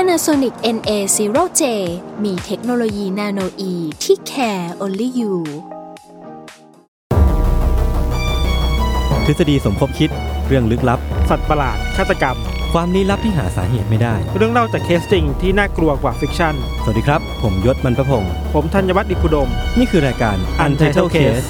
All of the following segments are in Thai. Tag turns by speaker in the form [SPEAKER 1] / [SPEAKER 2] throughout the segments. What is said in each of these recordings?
[SPEAKER 1] Panasonic NA0J มีเทคโนโลยีนาโนอีที่ care only you
[SPEAKER 2] ทฤษฎีสมคบคิดเรื่องลึกลับ
[SPEAKER 3] สัตว์ประหลาด ฆาตกรรม
[SPEAKER 2] ความลี้ลับที่หาสาเหตุไม่ได้
[SPEAKER 3] เรื่องเล่าจากเคสจริงที่น่ากลัวกว่าฟิกชั่น
[SPEAKER 2] สวัสดีครับ ผมยศมันประพงศ์
[SPEAKER 3] ผมธัญวัฒน์อิพุดม
[SPEAKER 2] นี่คือรายการ Untitled Case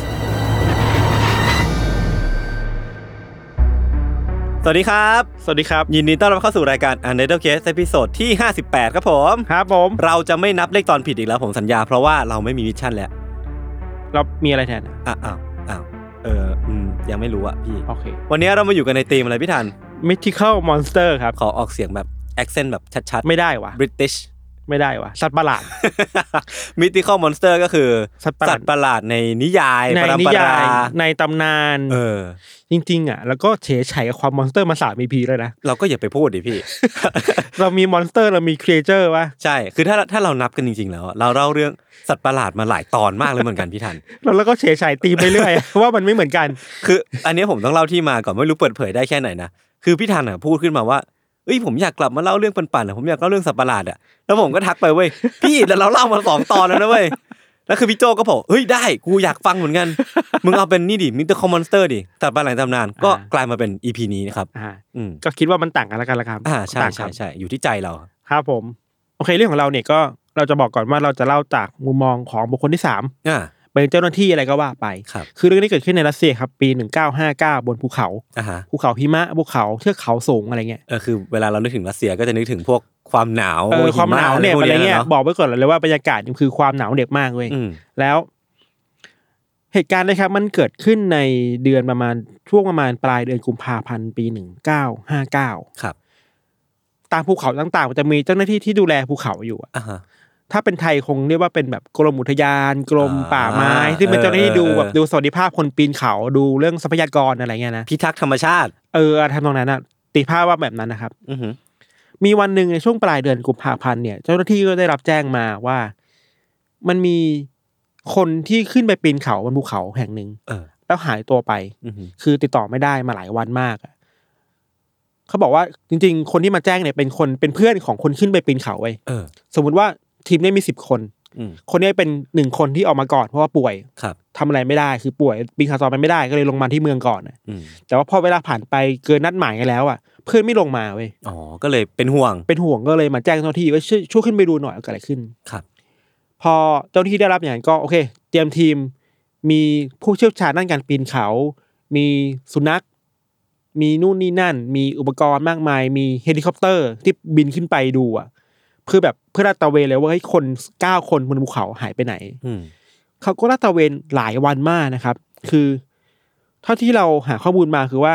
[SPEAKER 2] สวัสดีครับ
[SPEAKER 3] สวัสดีครับ
[SPEAKER 2] ยินดีต้อนรับเข้าสู่รายการ Untitled Case ตอนที่ 58 ครับผม
[SPEAKER 3] ครับผม
[SPEAKER 2] เราจะไม่นับเลขตอนผิดอีกแล้วผมสัญญา เพราะว่าเราไม่มีมิชชั่นแล้ว
[SPEAKER 3] เรามีอะไรแทน
[SPEAKER 2] อ่ะอ้าวอ้าวเอออืมยังไม่รู้อะพี่
[SPEAKER 3] โอเค
[SPEAKER 2] วันนี้เรามาอยู่กันในธีมอะไรพี่ทัน
[SPEAKER 3] Mythical Monster ครับ
[SPEAKER 2] ขอออกเสียงแบบ accent แบบชัดๆ
[SPEAKER 3] ไม่ได้วะ
[SPEAKER 2] บริ ติช
[SPEAKER 3] ไม่ได้วะสัตว์ประหลาด
[SPEAKER 2] มิติคอลมอนสเตอร์ก็คือ
[SPEAKER 3] สัตว์ประหลาด
[SPEAKER 2] ตว์ประหลาดในนิยาย
[SPEAKER 3] ใน
[SPEAKER 2] ปรม
[SPEAKER 3] นิ
[SPEAKER 2] ปร
[SPEAKER 3] ยาย
[SPEAKER 2] า
[SPEAKER 3] ในตำนาน
[SPEAKER 2] เออ
[SPEAKER 3] จริงๆอ่ะ แล้วก็เฉยไฉกับความมอนสเตอร์มาสามอีพีเลยนะ
[SPEAKER 2] เราก็อย่าไปพูดดิพี่
[SPEAKER 3] เรามีมอนสเตอร์เรามีครีเอเจอร์วะ
[SPEAKER 2] ใช่ คือถ้าถ้าเรานับกันจริง ๆ แล้วอะเราเล่าเรื่องสัตว์ประหลาดมาหลายตอนมากเลยเหมือนกันพี่ทัน
[SPEAKER 3] แล้วเราก็เฉยไฉตีไปเรื่อย ว่ามันไม่เหมือนกัน
[SPEAKER 2] คือ อันเนี้ยผมต้องเล่าที่มาก่อนไม่รู้เปิดเผยได้แค่ไหนนะคือพี่ทันอ่ะพูดขึ้นมาว่าเอ้ยผมอยากกลับมาเล่าเรื่องปันๆอะผมอยากเล่าเรื่องสัตว์ประหลาดอ่ะแล้วผมก็ทักไปเว้ยพี่แต่เราเล่ามาสองตอนแล้วนะเว้ยแล้วคือพี่โจก็บอกเฮ้ยได้กูอยากฟังเหมือนกัน มึงเอาเป็นนี่ดิมิเตอร์คอมมอนสเตอร์ดิสัตว์ประหลาดในตำนานก็
[SPEAKER 3] อ่า
[SPEAKER 2] กลายมาเป็นอีพีนี้นะครับ
[SPEAKER 3] อ่า
[SPEAKER 2] อืม
[SPEAKER 3] ก็คิดว่ามันต่างกันแล้วกันละครับ
[SPEAKER 2] อ่าใช่
[SPEAKER 3] ต่างครับ
[SPEAKER 2] ใช่ใช่อยู่ที่ใจเรา
[SPEAKER 3] ครับผม โอเคเรื่องของเราเนี่ยก็เราจะบอกก่อนว่าเราจะเล่าจากมุมมองของบุคคลที่สาม
[SPEAKER 2] อ่า
[SPEAKER 3] เป็นเจ้าหน้าที่อะไรก็ว่าไป
[SPEAKER 2] ครับ
[SPEAKER 3] คือเรื่องนี้เกิดขึ้นในรัสเซียครับ ปี 1959 บนภูเขา
[SPEAKER 2] อ่าฮะ
[SPEAKER 3] ภูเขาหิมะภูเขาเทือกเขาสูงอะไรเงี้ย
[SPEAKER 2] เออคือเวลาเรานึกถึงรัสเซียก็จะนึกถึงพวกความหนาว
[SPEAKER 3] เออความหนาวเหน็บ
[SPEAKER 2] พวก
[SPEAKER 3] อะไรเงี้ย
[SPEAKER 2] น
[SPEAKER 3] บอกไว้ก่อนเลยว่าบรรยากาศมันคือความหนาวเหน็บมากเว้ย
[SPEAKER 2] อืม
[SPEAKER 3] แล้ว เหตุการณ์นะครับ มันเกิดขึ้นในเดือนประมาณช่วงประมาณปลายเดือนกุมภาพันธ์ปี 1959
[SPEAKER 2] ครับ
[SPEAKER 3] ตามภูเขาต่างๆมันจะมีเจ้าหน้าที่ที่ดูแลภูเขาอยู่อะ
[SPEAKER 2] อ่าฮะ
[SPEAKER 3] ถ้าเป็นไทยคงเรียกว่าเป็นแบบกรมอุทยานกรม
[SPEAKER 2] อ่า
[SPEAKER 3] ป่าไม้ที่เป็นเจ้าหน้าที่ดู
[SPEAKER 2] เออเออ
[SPEAKER 3] แบบดูสวัสดิภาพคนปีนเขาดูเรื่องทรัพยากรอะไรเงี้ยนะ
[SPEAKER 2] พิทักษ์ธรรมชาติ
[SPEAKER 3] เออทำตรงนั้นอะตีภาพว่าแบบนั้นนะครับ
[SPEAKER 2] อือฮึ
[SPEAKER 3] มีวันหนึ่งในช่วงปลายเดือนกุมภาพันธ์เนี่ยเจ้าหน้าที่ก็ได้รับแจ้งมาว่า มันมีคนที่ขึ้นไปปีนเขาบนภูเขาแห่งหนึ่ง
[SPEAKER 2] เออ
[SPEAKER 3] แล้วหายตัวไป
[SPEAKER 2] อือฮึ
[SPEAKER 3] คือติดต่อไม่ได้มาหลายวันมากอะเขาบอกว่าจริง ๆ คนที่มาแจ้งเนี่ยเป็นคนเป็นเพื่อนของคนขึ้นไปปีนเขาไว้ย
[SPEAKER 2] เออ
[SPEAKER 3] สมมติว่าทีมเนี่ยมีสิบคน
[SPEAKER 2] อืม
[SPEAKER 3] คนนี้เป็นหนึ่งคนที่ออกมาก่อนเพราะว่าป่วย
[SPEAKER 2] ครับ
[SPEAKER 3] ทำอะไรไม่ได้คือป่วยปีนเขาซอยไปไม่ได้ก็เลยลงมาที่เมืองก่อนน่ะ
[SPEAKER 2] อืม
[SPEAKER 3] แต่ว่าพอเวลาผ่านไปเกินนัดหมายกันแล้วอ่ะเพื่อนไม่ลงมาเว้ย
[SPEAKER 2] อ๋อ ก็เลยเป็นห่วง
[SPEAKER 3] เป็นห่วงก็เลยมาแจ้งเจ้าหน้าที่ว่าช่วยช่วยขึ้นไปดูหน่อยว่าเกิดอะไรขึ้น
[SPEAKER 2] ครับ
[SPEAKER 3] พอเจ้าหน้าที่ได้รับอย่างนั้นก็โอเค เตรียมทีม มีผู้เชี่ยวชาญด้านการปีนเขา มีสุนัข มีนู่นนี่นั่น มีอุปกรณ์มากมาย มีเฮลิคอปเตอร์ที่บินขึ้นไปดูอ่ะเพื่อแบบเพื่อลาดตระเวนเลยว่าให้ยคนเก้าคนบนภูเขาหายไปไหน
[SPEAKER 2] อืม
[SPEAKER 3] เขาก็ลาดตระเวนหลายวันมากนะครับ คือ เท่าที่เราหาข้อมูลมาคือว่า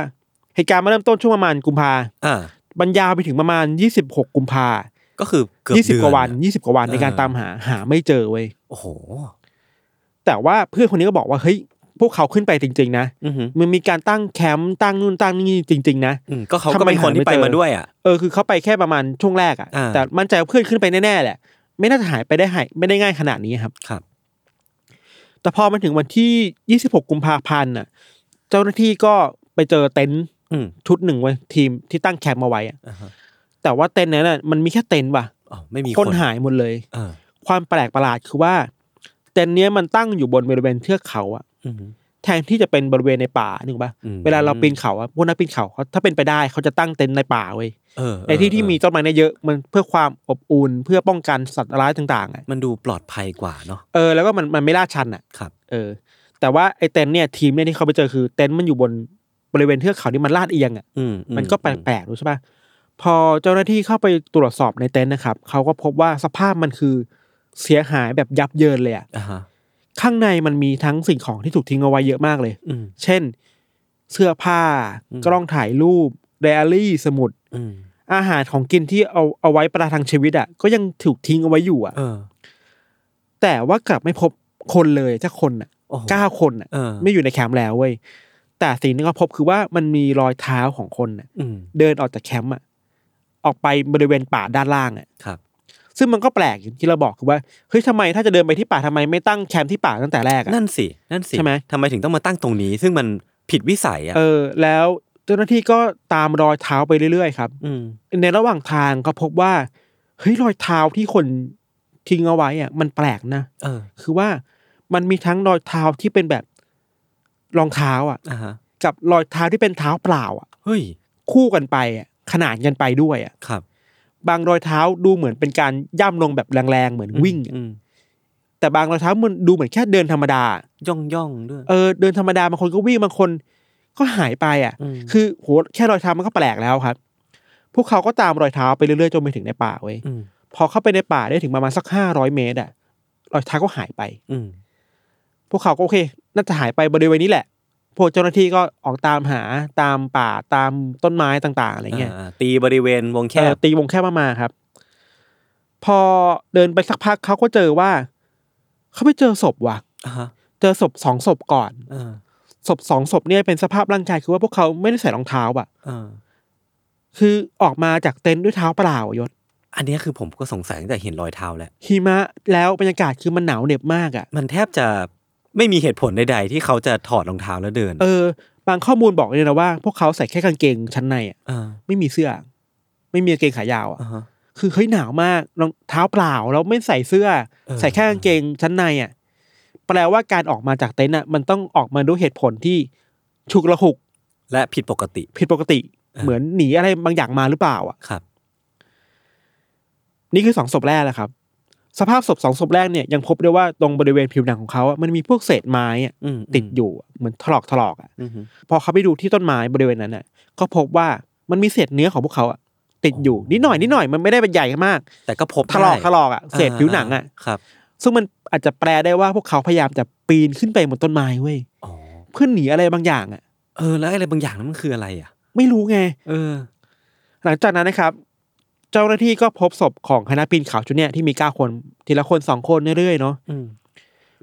[SPEAKER 3] เหตุการณ์มาเริ่มต้นช่วงประมาณกุมภา
[SPEAKER 2] อ่า
[SPEAKER 3] บรรยาวไปถึงประมาณ 26 กุมภา
[SPEAKER 2] ก็คือเกือบ
[SPEAKER 3] ยี่สิบ
[SPEAKER 2] เดือก
[SPEAKER 3] ว่าวัน
[SPEAKER 2] อะ
[SPEAKER 3] 20 กว่าวันในการ
[SPEAKER 2] เออ
[SPEAKER 3] ตามหาหาไม่เจอเว้ย
[SPEAKER 2] โอ้โห
[SPEAKER 3] แต่ว่าเพื่อนคนนี้ก็บอกว่าเฮ้ยพวกเขาขึ้นไปจริง ๆ นะ
[SPEAKER 2] อือฮึ
[SPEAKER 3] มันมีการตั้งแคมป์ตั้งนู่นตั้งนี่จริง ๆ นะ
[SPEAKER 2] อืมก็เขา
[SPEAKER 3] ทำ
[SPEAKER 2] ก็
[SPEAKER 3] ไม
[SPEAKER 2] เป็นคนที่
[SPEAKER 3] หาไม่
[SPEAKER 2] ไป
[SPEAKER 3] เจอ
[SPEAKER 2] มาด้วยอ่ะ
[SPEAKER 3] เออคือเขาไปแค่ประมาณช่วงแรกอะ
[SPEAKER 2] อ่า
[SPEAKER 3] แต่มั่นใจว่าเพื่อนขึ้นไปแน่ๆแหละ ไม่น่าจะหายไปได้หายไม่ได้ง่ายขนาดนี้ครับ
[SPEAKER 2] ครับ
[SPEAKER 3] แต่พอมันถึงวันที่ 26 กุมภาพันธ์น่ะเจ้าหน้าที่ก็ไปเจอเต็นท์
[SPEAKER 2] อืม
[SPEAKER 3] ชุดหนึ่งไว้ยทีมที่ตั้งแคมป์มาไว้อะ
[SPEAKER 2] อ่าฮะ
[SPEAKER 3] แต่ว่าเต็นท์นั้นน่ะมันมีแค่เต็นท์ว่ะ
[SPEAKER 2] อ๋อ ไม่มี
[SPEAKER 3] คนหายหมดเลย
[SPEAKER 2] เออ
[SPEAKER 3] ความแปลกประหลาดคือว่า เต็นท์เนี้ยมันตั้งอยู่บนบริเวณเทือกเขาอะ
[SPEAKER 2] อือฮึ
[SPEAKER 3] แทนที่จะเป็นบริเวณในป่านึกออกปะ
[SPEAKER 2] อืม
[SPEAKER 3] เวลาเราปีนเขาอะพวกนักปีนเขาเขาถ้าเป็นไปได้เขาจะตั้งเต็นท์ในป่าเว้ย
[SPEAKER 2] เออ
[SPEAKER 3] ในที่ที่
[SPEAKER 2] เออ
[SPEAKER 3] มีต้นไม้เนี่ยเยอะมันเพื่อความอบอุ่นเพื่อป้องกันสัตว์ร้ายต่างๆอะ
[SPEAKER 2] มันดูปลอดภัยกว่าเนาะ
[SPEAKER 3] เออแล้วก็มันมันไม่ลาดชันอะ
[SPEAKER 2] ครับ
[SPEAKER 3] เออแต่ว่าไอ้เต็นท์เนี่ยทีมเนี่ยที่เขาไปเจอคือเต็นท์มันอยู่บนบริเวณเทือกเขาที่มันลาดเอียงอ่ะ
[SPEAKER 2] อืม
[SPEAKER 3] มันก็แปลกๆรู้ใช่ปะพอเจ้าหน้าที่เข้าไปตรวจสอบในเต็นท์นะครับเขาก็พบว่าสภาพมันคือเสียหายแบบยับเยินเลยอ่ะ
[SPEAKER 2] อ่าฮะ
[SPEAKER 3] ข้างในมันมีทั้งสิ่งของที่ถูกทิ้งเอาไว้เยอะมากเลย
[SPEAKER 2] อืม
[SPEAKER 3] เช่น เสื้อผ้า
[SPEAKER 2] อืม
[SPEAKER 3] กล้องถ่ายรูปไดอารี่สมุด
[SPEAKER 2] อืม
[SPEAKER 3] อาหารของกินที่เอาเอาไว้ประทังชีวิตอ่ะก็ยังถูกทิ้งเอาไว้อยู่อ่ะ
[SPEAKER 2] เออ
[SPEAKER 3] แต่ว่ากลับไม่พบคนเลยสักคนอ่ะ
[SPEAKER 2] โอ้โห
[SPEAKER 3] เก้าคนอ่ะ
[SPEAKER 2] เออ
[SPEAKER 3] ไม่อยู่ในแคมป์แล้วเว้ยแต่สิ่งที่เขาพบคือว่ามันมีรอยเท้าของคนอ่ะ
[SPEAKER 2] อืม
[SPEAKER 3] เดินออกจากแคมป์อ่ะออกไปบริเวณป่าด้านล่างอ่ะ
[SPEAKER 2] ครับ
[SPEAKER 3] ซึ่งมันก็แปลกอย่างที่เราบอกคือว่าเฮ้ยทำไมถ้าจะเดินไปที่ป่าทำไมไม่ตั้งแคมป์ที่ป่าตั้งแต่แรกอ่ะ
[SPEAKER 2] นั่นสินั่นสิ
[SPEAKER 3] ใช่ไหม
[SPEAKER 2] ทำไมถึงต้องมาตั้งตรงนี้ ซึ่งมันผิดวิสัยอ่ะ
[SPEAKER 3] เออ แล้วเจ้าหน้าที่ก็ตามรอยเท้าไปเรื่อยๆครับ
[SPEAKER 2] อืม
[SPEAKER 3] ในระหว่างทางก็พบว่าเฮ้ยรอยเท้าที่คนทิ้งเอาไว้อ่ะมันแปลกนะ
[SPEAKER 2] เออ
[SPEAKER 3] คือว่ามันมีทั้งรอยเท้าที่เป็นแบบรองเท้าอ่ะ
[SPEAKER 2] อ่าฮะ
[SPEAKER 3] กับรอยเท้าที่เป็นเท้าเปล่าอ่ะ
[SPEAKER 2] เฮ้ย
[SPEAKER 3] คู่กันไปอ่ะขนานกันไปด้วยอ่ะ
[SPEAKER 2] ครับ
[SPEAKER 3] บางรอยเท้าดูเหมือนเป็นการย่ำลงแบบแรงๆเหมือนวิ่งอะ
[SPEAKER 2] อืม
[SPEAKER 3] แต่บางรอยเท้ามันดูเหมือนแค่เดินธรรมดา
[SPEAKER 2] ย่องย่องด้วย
[SPEAKER 3] เออเดินธรรมดาบางคนก็วิ่งบางคนก็หายไปอ่ะ
[SPEAKER 2] อืม
[SPEAKER 3] คือโหแค่รอยเท้ามันก็แปลกแล้วครับ พวกเขาก็ตามรอยเท้าไปเรื่อยๆจนไปถึงในป่าเว้ย
[SPEAKER 2] อืม
[SPEAKER 3] พอเข้าไปในป่าได้ถึงประมาณสักห้าร้อยเมตรอ่ะรอยเท้าก็หายไป
[SPEAKER 2] อืม
[SPEAKER 3] พวกเขาก็โอเค น่าจะหายไปบริเวณนี้แหละ พวกเจ้าหน้าที่ก็ออกตามหาตามป่าตามต้นไม้ต่าง ๆอะไรเงี้ย
[SPEAKER 2] าตีบริเวณวงแค
[SPEAKER 3] เอ่
[SPEAKER 2] บ
[SPEAKER 3] อตีวงแคบมากๆครับ พอเดินไปสักพักเขาก็เจอว่า เขาไปเจอศพว่ะ
[SPEAKER 2] อ่าฮะ
[SPEAKER 3] เจอศพสองศพก่อน
[SPEAKER 2] เออ
[SPEAKER 3] ศพสองศพเนี่ยเป็นสภาพร่างกายคือว่าพวกเขาไม่ได้ใส่รองเท้าอ่ะ
[SPEAKER 2] เออ
[SPEAKER 3] คือออกมาจากเต็นท์ด้วยเท้าเปล่าอะยศ
[SPEAKER 2] อันเนี้ยคือผมก็สงสัยตั้งแต่เห็นรอยเท้าแล้ว
[SPEAKER 3] หิมะแล้วบรรยากาศคือมันหนาวเหน็บมากอ่ะ
[SPEAKER 2] มันแทบจะไม่มีเหตุผลใดๆที่เขาจะถอดรองเท้าแล้วเดิน
[SPEAKER 3] เออ บางข้อมูลบอกเลยนะว่า พวกเขาใส่แค่กางเกงชั้นในอ่ะ
[SPEAKER 2] อ่า
[SPEAKER 3] ไม่มีเสื้อ ไม่มีกางเกงขายาวอ่ะ
[SPEAKER 2] อ่าฮะ
[SPEAKER 3] คือเฮ้ยหนาวมากรองเท้าเปล่าแล้วไม่ใส่เสื้อ
[SPEAKER 2] เออ
[SPEAKER 3] ใส่แค่กางเกงชั้นในอ่ะแปลว่าการออกมาจากเต็นท์อ่ะมันต้องออกมาด้วยเหตุผลที่ฉุกละหุก
[SPEAKER 2] และผิดปกติ
[SPEAKER 3] ผิดปกติ
[SPEAKER 2] เออ
[SPEAKER 3] เหมือนหนีอะไรบางอย่างมาหรือเปล่าอ่ะ
[SPEAKER 2] ครับ
[SPEAKER 3] นี่คือสองศพแรกแหละครับ สภาพศพสองศพแรกเนี่ยยังพบได้ว่าตรงบริเวณผิวหนังของเขาอ่ะมันมีพวกเศษไม้อ่ะ
[SPEAKER 2] อืม
[SPEAKER 3] ติดอยู่อ่ะเหมือนถลอกถลอกอ่ะ
[SPEAKER 2] อืมอืม
[SPEAKER 3] พอเขาไปดูที่ต้นไม้บริเวณนั้นอ่ะ ก็พบว่ามันมีเศษเนื้อของพวกเขาอ่ะติดอยู่นิดหน่อยนิดหน่อยมันไม่ได้เป็นใหญ่มาก
[SPEAKER 2] แต่ก็พบ
[SPEAKER 3] ถลอก
[SPEAKER 2] ได้
[SPEAKER 3] ถลอกอ่ะเศษผิวหนังอ่ะ
[SPEAKER 2] ครับ
[SPEAKER 3] ซึ่งมันอาจจะแปลได้ว่าพวกเขาพยายามจะปีนขึ้นไปบนต้นไม้เว้ย
[SPEAKER 2] อ๋อ
[SPEAKER 3] เพื่อหนีอะไรบางอย่างอ่ะ
[SPEAKER 2] เออ แล้วอะไรบางอย่างนั้นมันคืออะไรอ่ะ
[SPEAKER 3] ไม่รู้ไง
[SPEAKER 2] เออ
[SPEAKER 3] หลังจากนั้นนะครับ เจ้าหน้าที่ก็พบศพของคณะปีนเขาชุดเนี้ยที่มีเก้าคนทีละคนสองคนเรื่อยๆเนาะ
[SPEAKER 2] อืม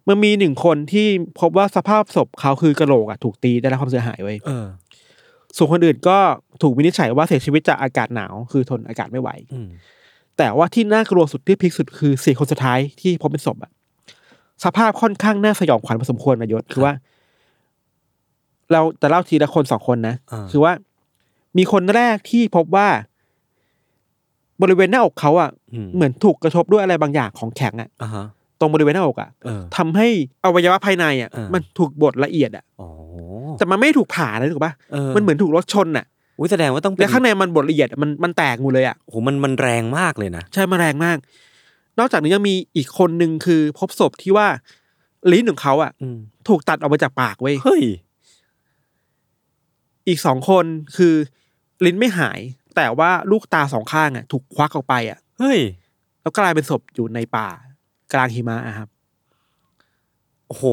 [SPEAKER 3] มันมีหนึ่งคนที่พบว่าสภาพศพเขาคือกระโหลกอ่ะถูกตีได้รับความเสียหายเว้ย
[SPEAKER 2] เออ
[SPEAKER 3] ส่วนคนอื่นก็ถูกวินิจฉัยว่าเสียชีวิตจากอากาศหนาวคือทนอากาศไม่ไหว
[SPEAKER 2] อืม
[SPEAKER 3] แต่ว่าที่น่ากลัวสุดที่พีคสุดคือสี่คนสุดท้ายที่พบเป็นศพอะสภาพค่อนข้างน่าสยองขวัญพอสมควรนายศคือว่า เราจะเล่าทีละคนสองคนนะ
[SPEAKER 2] า
[SPEAKER 3] คือว่า มีคนแรกที่พบว่า บริเวณหน้าอกเขาอะเหมือนถูกกระทบด้วยอะไรบางอย่างของแข็งอะ
[SPEAKER 2] อ่าฮะ
[SPEAKER 3] ตรงบริเวณหน้าอกอะ
[SPEAKER 2] เออ
[SPEAKER 3] ทำให้อวัยวะภายในอะ
[SPEAKER 2] เออ
[SPEAKER 3] มันถูกบดละเอียดอะ
[SPEAKER 2] อ๋อ
[SPEAKER 3] แต่มันไม่ได้ถูกผ่านะถูกปะ
[SPEAKER 2] เออ
[SPEAKER 3] มันเหมือนถูกรถชนอะ
[SPEAKER 2] อุ้ยแสดงว่าต้องเป็
[SPEAKER 3] และข้างในมันบดละเอียดอะมันมันแตกหมดเลยอะ
[SPEAKER 2] โอ้โหมันมันแรงมากเลยนะ
[SPEAKER 3] ใช่มาแรงมาก นอกจากนี้ยังมีอีกคนหนึ่งคือพบศพที่ว่าลิ้นของเขาอ่ะ
[SPEAKER 2] อืม
[SPEAKER 3] ถูกตัดออกมาจากปากเว้ย
[SPEAKER 2] เฮ้ย
[SPEAKER 3] อีกสองคนคือลิ้นไม่หาย แต่ว่าลูกตาสองข้างอ่ะ ถูกควักออกไปอ่ะ
[SPEAKER 2] เฮ้ย
[SPEAKER 3] แล้วกลายเป็นศพอยู่ในป่า กลางหิมะอะครับ
[SPEAKER 2] โอ้โห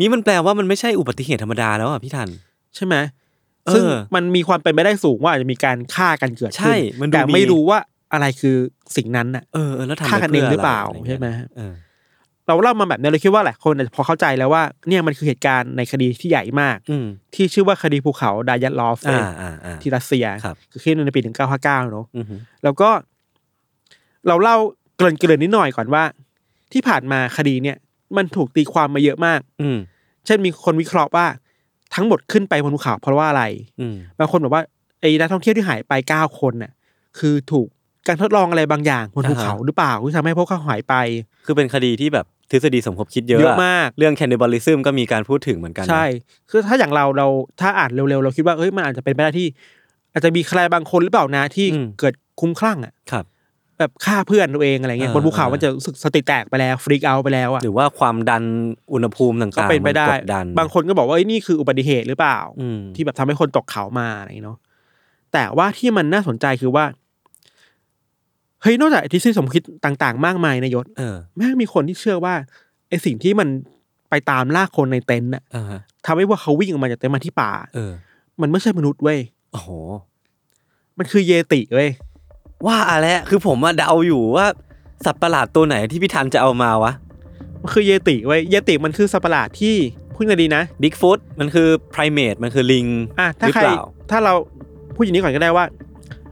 [SPEAKER 2] นี่มันแปลว่ามันไม่ใช่อุบัติเหตุธรรมดาแล้วอ่ะพี่ทัน
[SPEAKER 3] ใช่ไหม
[SPEAKER 2] เออ
[SPEAKER 3] ซึ่งมันมีความเป็นไปได้สูงว่าอาจจะมีการฆ่ากันเกิด
[SPEAKER 2] ใช่
[SPEAKER 3] ขึ้น
[SPEAKER 2] มันดู
[SPEAKER 3] แต่
[SPEAKER 2] มี
[SPEAKER 3] ไม่รู้ว่าอะไรคือสิ่งนั้นอ่ะ
[SPEAKER 2] เออเออแล้วทำ
[SPEAKER 3] ฆ่ากันเองหรือเปล่า
[SPEAKER 2] ะรย่งงี้ย
[SPEAKER 3] ใช่ไหมฮะ
[SPEAKER 2] เออ
[SPEAKER 3] เราเล่ามาแบบนี้เลยคิดว่าหลายคนอาจจะพอเข้าใจแล้วว่าเนี่ยมันคือเหตุการณ์ในคดีที่ใหญ่มาก
[SPEAKER 2] อืม
[SPEAKER 3] ที่ชื่อว่าคดีภูเขาดายัตลอฟเว้
[SPEAKER 2] อ่าย อ่าอ่า
[SPEAKER 3] ที่รัสเซีย
[SPEAKER 2] ครับ
[SPEAKER 3] อขึ้นในปี 1959 เนอะ
[SPEAKER 2] อือหือ
[SPEAKER 3] แล้วก็ เราเล่าเกริ่นเกรินๆนิดหน่อยก่อนว่า ที่ผ่านมาคดีเนี่ย มันถูกตีความมาเยอะมาก
[SPEAKER 2] อืม
[SPEAKER 3] เช่นมีคนวิเคราะห์ว่า ทั้งหมดขึ้นไปบนภูเขาเพราะว่าอะไร
[SPEAKER 2] อืม
[SPEAKER 3] บางคนบอกว่าไอ้นักท่องเที่ยวที่หายไปเก้าคนน่ะ คือถูกการทดลองอะไรบางอย่างบนภูเขาหรือเปล่าที่ทำให้พวกเขาหายไป
[SPEAKER 2] คือเป็นคดีที่แบบทฤษฎีสมคบคิดเยอะ
[SPEAKER 3] เยอะมาก
[SPEAKER 2] เรื่องแคนนิบอลิซึมก็มีการพูดถึงเหมือนกันนะ
[SPEAKER 3] ใช่ คือถ้าอย่างเราเราถ้าอ่านเร็วๆ เราคิดว่าเอ้ยมันอาจจะเป็นไปได้ที่ อาจจะมีใครบางคนหรือเปล่านะที่เกิดคลุ้มคลั่งอ่ะ
[SPEAKER 2] ครับ
[SPEAKER 3] แบบฆ่าเพื่อนตัวเองอะไรเงี้ย
[SPEAKER 2] อ่า
[SPEAKER 3] บนภูเขา
[SPEAKER 2] อ่ามั
[SPEAKER 3] มันจะรู้สึกสติแตกไปแล้วฟรีกเอาไปแล้วอ่ะ
[SPEAKER 2] หรือว่าความดันอุณหภูมิต่างๆ
[SPEAKER 3] ก็เป็นไปได้
[SPEAKER 2] มักดดัน
[SPEAKER 3] บางคนก็บอกว่าเอ้ยนี่คืออุบัติเหตุหรือเปล่า
[SPEAKER 2] อืม
[SPEAKER 3] ที่แบบทำให้คนตกเขามาอะไรเนาะแต่ว่าที่มันน่าสนใจคือว่าเฮ้ยนอกจากทฤษฎีสมคิดต่างๆ มากมายนายศ
[SPEAKER 2] เออ
[SPEAKER 3] แม่งมีคนที่เชื่อว่าไอสิ่งที่มันไปตามล่าคนในเต็นท์น่ะ
[SPEAKER 2] อ่าฮะ
[SPEAKER 3] ทำให้ว่าเขาวิ่งออกมาจากเต็นท์มาที่ป่า
[SPEAKER 2] เออ
[SPEAKER 3] มันไม่ใช่มนุษย์เว้ย
[SPEAKER 2] โอ้โห
[SPEAKER 3] มันคือเยติเว้ย
[SPEAKER 2] ว่าอะไรคือผมอะเดาอยู่ว่าสัตว์ประหลาดตัวไหนที่พี่ทันจะเอามาวะ
[SPEAKER 3] มันคือเยติไว้ยเยติมันคือสัตว์ประหลาดที่พูดกันดีนะ
[SPEAKER 2] บิ๊กฟุตมันคือไพรเมตมันคือลิง
[SPEAKER 3] อ่ะถ้าใคร
[SPEAKER 2] หรือเปล่า
[SPEAKER 3] ถ้าเราพูดอย่างนี้ก่อนก็ได้ว่า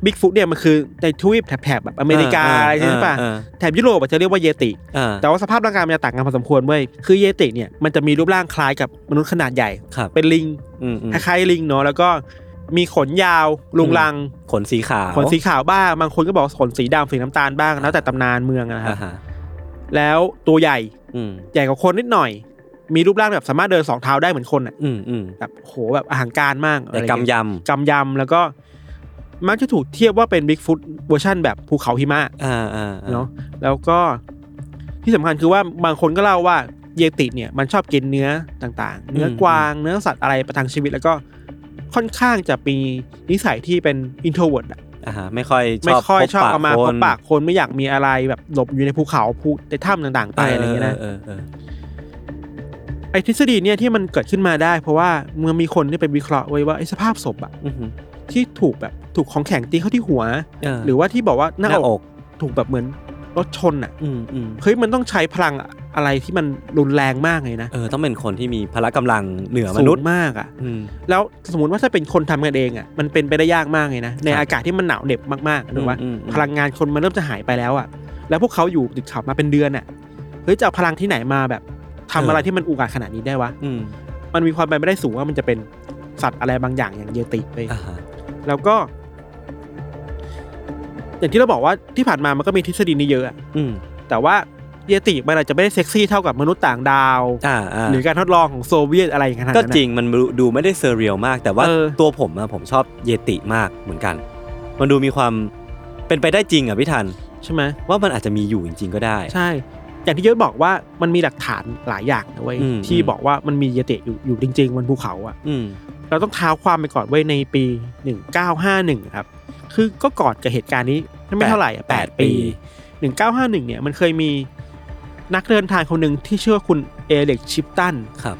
[SPEAKER 3] บิ๊กฟุตเนี่ยมันคือในทวีปแถบๆแบบอเมริกา
[SPEAKER 2] อ่า
[SPEAKER 3] อะไรใช่ไหมป่ะ
[SPEAKER 2] อ่าอ่า
[SPEAKER 3] แถบยุโรปอาจจะเรียกว่าเยติ
[SPEAKER 2] อ่า
[SPEAKER 3] แต่ว่าสภาพร่างกายมันจะต่างกันพอสมควรเว้ยคือเยติเนี่ยมันจะมีรูปร่างคล้ายกับมนุษย์ขนาดใหญ่
[SPEAKER 2] ครับ
[SPEAKER 3] เป็นลิง
[SPEAKER 2] อืมอืม
[SPEAKER 3] คล้ายๆลิงเนาะแล้วก็มีขนยาวลุงลัง
[SPEAKER 2] ขนสีขาว
[SPEAKER 3] ขนสีขาวบ้างบางคนก็บอกว่าขนสีดำสีน้ำตาลบ้างแล้วแต่ตำนานเมืองนะครั
[SPEAKER 2] อ่า
[SPEAKER 3] บ
[SPEAKER 2] ฮะ
[SPEAKER 3] แล้วตัวใหญ่
[SPEAKER 2] อืม
[SPEAKER 3] ใหญ่กว่าคนนิดหน่อย มีรูปร่างแบบสามารถเดินสองเท้าได้เหมือนคนอ่ะ
[SPEAKER 2] อืมอืม
[SPEAKER 3] แบบโหแบบอาหารการมากอะไร
[SPEAKER 2] แต่
[SPEAKER 3] เงี้ย
[SPEAKER 2] กำย
[SPEAKER 3] กำยำแล้วก็มักจะถูกเทียบว่าเป็นบิ๊กฟุตเวอร์ชั่นแบบภูเขาหิมะ
[SPEAKER 2] ำอ่าอ่าอ่
[SPEAKER 3] เนาะแล้วก็ที่สำคัญคือว่าบางคนก็เล่าว่าเยติเนี่ยมันชอบกินเนื้อต่างๆ เนื้อกวางเนื้อสัตว์อะไรประทังชีวิตแล้วก็ค่อนข้างจะมีนิสัยที่เป็นอินโทรเวิร์ด
[SPEAKER 2] อ่าฮะไม่ค่อย
[SPEAKER 3] ไม่ค่อยชอบ
[SPEAKER 2] พบปะ
[SPEAKER 3] เอามา
[SPEAKER 2] ค
[SPEAKER 3] พ
[SPEAKER 2] น
[SPEAKER 3] บปากคนไม่อยากมีอะไรแบบหลบอยู่ในภูเขาภูในถ้ำต่างๆไปอะไรอย่างเงี้ยนะ
[SPEAKER 2] เออเออเออ
[SPEAKER 3] ไอ้ทฤษฎีเนี่ยที่มันเกิดขึ้นมาได้ เพราะว่าเมื่อมีคนที่ไปวิเคราะห์ไว้ว่าไอ้สภาพศพอะ
[SPEAKER 2] อือฮึ
[SPEAKER 3] ที่ถูกแบบถูกของแข็งตีเข้าที่หัว
[SPEAKER 2] เห
[SPEAKER 3] รือว่าที่บอกว่าห
[SPEAKER 2] ห
[SPEAKER 3] น้า
[SPEAKER 2] น้า
[SPEAKER 3] อ
[SPEAKER 2] อก ก
[SPEAKER 3] ถูกแบบเหมือนรถชนอ่ะ
[SPEAKER 2] อืมอืม
[SPEAKER 3] เฮ้ยมันต้องใช้พลังอะไรที่มันรุนแรงมากเลยนะ
[SPEAKER 2] เออต้องเป็นคนที่มีพละกำลังเหนือมนุษย์
[SPEAKER 3] สูงมากอ่ะ
[SPEAKER 2] อืม
[SPEAKER 3] แล้วสมมติว่าถ้าเป็นคนทำกันเองอ่ะมันเป็นไปได้ยากมากเลยนะใน
[SPEAKER 2] ครับ
[SPEAKER 3] อากาศที่มันหนาวเหน็บมากๆถูกว่า
[SPEAKER 2] อืมอืม
[SPEAKER 3] พลังงานคนมันเริ่มจะหายไปแล้วอ่ะ แล้วพวกเขาอยู่ติดเขามาเป็นเดือนอ่ะเฮ้ยจะเอาพลังที่ไหนมาแบบทำอะไรที่มันอุกอาจขนาดนี้ได้วะ
[SPEAKER 2] อืม
[SPEAKER 3] มันมีความเป็นไปได้สูงว่ามันจะเป็นสัตว์อะไรบางอย่างอย่างเยติไป
[SPEAKER 2] อ่าฮะ
[SPEAKER 3] แล้วก็ อย่างที่เราบอกว่าที่ผ่านมามันก็มีทฤษฎีนี้เยอะอะ
[SPEAKER 2] อืม
[SPEAKER 3] แต่ว่าเยติมันอาจจะไม่ได้เซ็กซี่เท่ากับมนุษย์ต่างดาว
[SPEAKER 2] อ่าอ่า
[SPEAKER 3] หรือการทดลองของโซเวียตอะไรอย่างขนาดนั้น
[SPEAKER 2] ก็
[SPEAKER 3] อะ
[SPEAKER 2] จริงมันดูดูไม่ได้เซอร์เรียลมาก แต่ว่า
[SPEAKER 3] เออ
[SPEAKER 2] ตัวผมอะผมชอบเยติมากเหมือนกัน มันดูมีความเป็นไปได้จริงอ่ะพี่ทัน
[SPEAKER 3] ใช่ไหม
[SPEAKER 2] ว่ามันอาจจะมีอยู่จริง ๆ ก็ได้
[SPEAKER 3] ใช่ อย่างที่เยอะบอกว่ามันมีหลักฐานหลายอย่างนะเว้ย
[SPEAKER 2] อืม
[SPEAKER 3] ที่
[SPEAKER 2] อืม
[SPEAKER 3] บอกว่ามันมีเยติอยู่อยู่จริง ๆ บนภูเขาอะ
[SPEAKER 2] อืม
[SPEAKER 3] เราต้องเท้าความไปก่อนเว้ยในปี 1951 ครับ คือก็ก่อนกับเหตุการณ์นี้ไม่เท่าไหร่อะแปดปี 1951 เนี่ยมันเคยมีนักเดินทางคนหนึ่งที่ชื่อว่าคุณเอเล็กชิปตัน
[SPEAKER 2] ครับ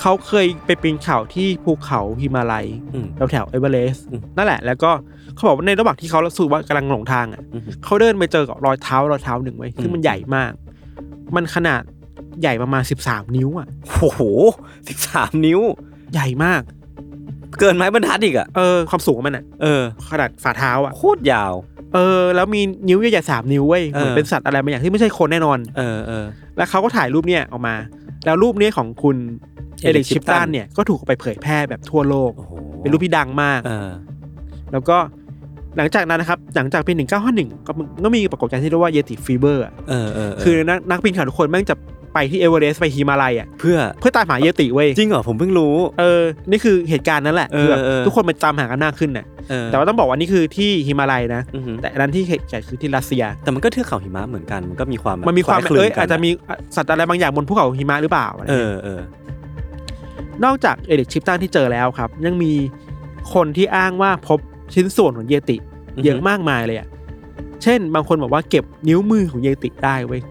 [SPEAKER 3] เขาเคยไปปีนเขาที่ภูเขาฮิมาลัย
[SPEAKER 2] อืม
[SPEAKER 3] แถวแถวเอเวอเรสต์
[SPEAKER 2] อืม
[SPEAKER 3] นั่นแหละ แล้วก็เขาบอกว่าในระหว่างที่เขารู้สึกว่ากำลังหลงทางอ่ะ
[SPEAKER 2] อืม
[SPEAKER 3] เขาเดินไปเจอกับรอยเท้ารอยเท้าหนึ่งไว้ยซึ่ง
[SPEAKER 2] อืม
[SPEAKER 3] มันใหญ่มาก มันขนาดใหญ่ประมาณสิบสามนิ้วอ่ะ
[SPEAKER 2] โอ้โหสิบสามนิ้ว
[SPEAKER 3] ใหญ่มาก
[SPEAKER 2] เกินไม้บรรทัดอีกอ่ะ
[SPEAKER 3] เออ ความสูงของมันอ่ะ
[SPEAKER 2] เออ
[SPEAKER 3] ขนาดฝ่าเท้าอ่ะ
[SPEAKER 2] โคตรยาว
[SPEAKER 3] เออ แล้วมีนิ้วใหญ่ๆสามนิ้วเว้ย
[SPEAKER 2] เออ
[SPEAKER 3] เหมือนเป็นสัตว์อะไรบางอย่างที่ไม่ใช่คนแน่นอน
[SPEAKER 2] เออเออ
[SPEAKER 3] แล้วเขาก็ถ่ายรูปเนี่ยออกมา แล้วรูปเนี้ของคุณเอ
[SPEAKER 2] Eric
[SPEAKER 3] เด็กชิปตัน
[SPEAKER 2] Shipton
[SPEAKER 3] เนี่ย ก็ถูกเอาไปเผยแพร่แบบทั่วโลก
[SPEAKER 2] โอ้โห
[SPEAKER 3] เป็นรูปที่ดังมาก
[SPEAKER 2] เออ
[SPEAKER 3] แล้วก็หลังจากนั้นนะครับ หลังจากปี 1951 ก็มึงก็มีปรากฏการณ์ที่เรียกว่าเยติฟีเบอร์
[SPEAKER 2] เออเออเ
[SPEAKER 3] คือนักนักปีนเขาทุกคนแม่งจะไปที่เอเวอเรสต์ไปฮิมาลัยอ่ะ
[SPEAKER 2] เพื่อ
[SPEAKER 3] เพื่อตามหาเยติเว้ย
[SPEAKER 2] จริงเหรอผมเพิ่งรู้
[SPEAKER 3] เออ นี่คือเหตุการณ์นั้นแหละ
[SPEAKER 2] เออ
[SPEAKER 3] คือแบบ
[SPEAKER 2] เออ
[SPEAKER 3] ทุกคนไปตามหากันมากขึ้นน่ะ
[SPEAKER 2] เออ
[SPEAKER 3] แต่ว่าต้องบอกว่านี่คือที่ฮิมาลัยนะ
[SPEAKER 2] อือหือ
[SPEAKER 3] แต่อันนั้นที่เหตุเกิดคือที่รัสเซีย
[SPEAKER 2] แต่มันก็เทือกเขาหิมะเหมือนกันมันก็มีความแบบ
[SPEAKER 3] มันมีความ
[SPEAKER 2] ล้ยคลึง
[SPEAKER 3] เอ้ย
[SPEAKER 2] กัน
[SPEAKER 3] อาจจะมีสัตว์อะไรบางอย่างบนภูเขาหิมะหรือเปล่าอะไร
[SPEAKER 2] เอ
[SPEAKER 3] เงี้ย
[SPEAKER 2] อเออน
[SPEAKER 3] อกจากเอเด็กชิปตันที่เจอแล้วครับ ยังมีคนที่อ้างว่าพบชิ้นส่วนของเยติ เยอะมากมายเลยอ่ะ เช่น บางคนบอกว่าเก็บนิ้วมือของเยติได้เว้ย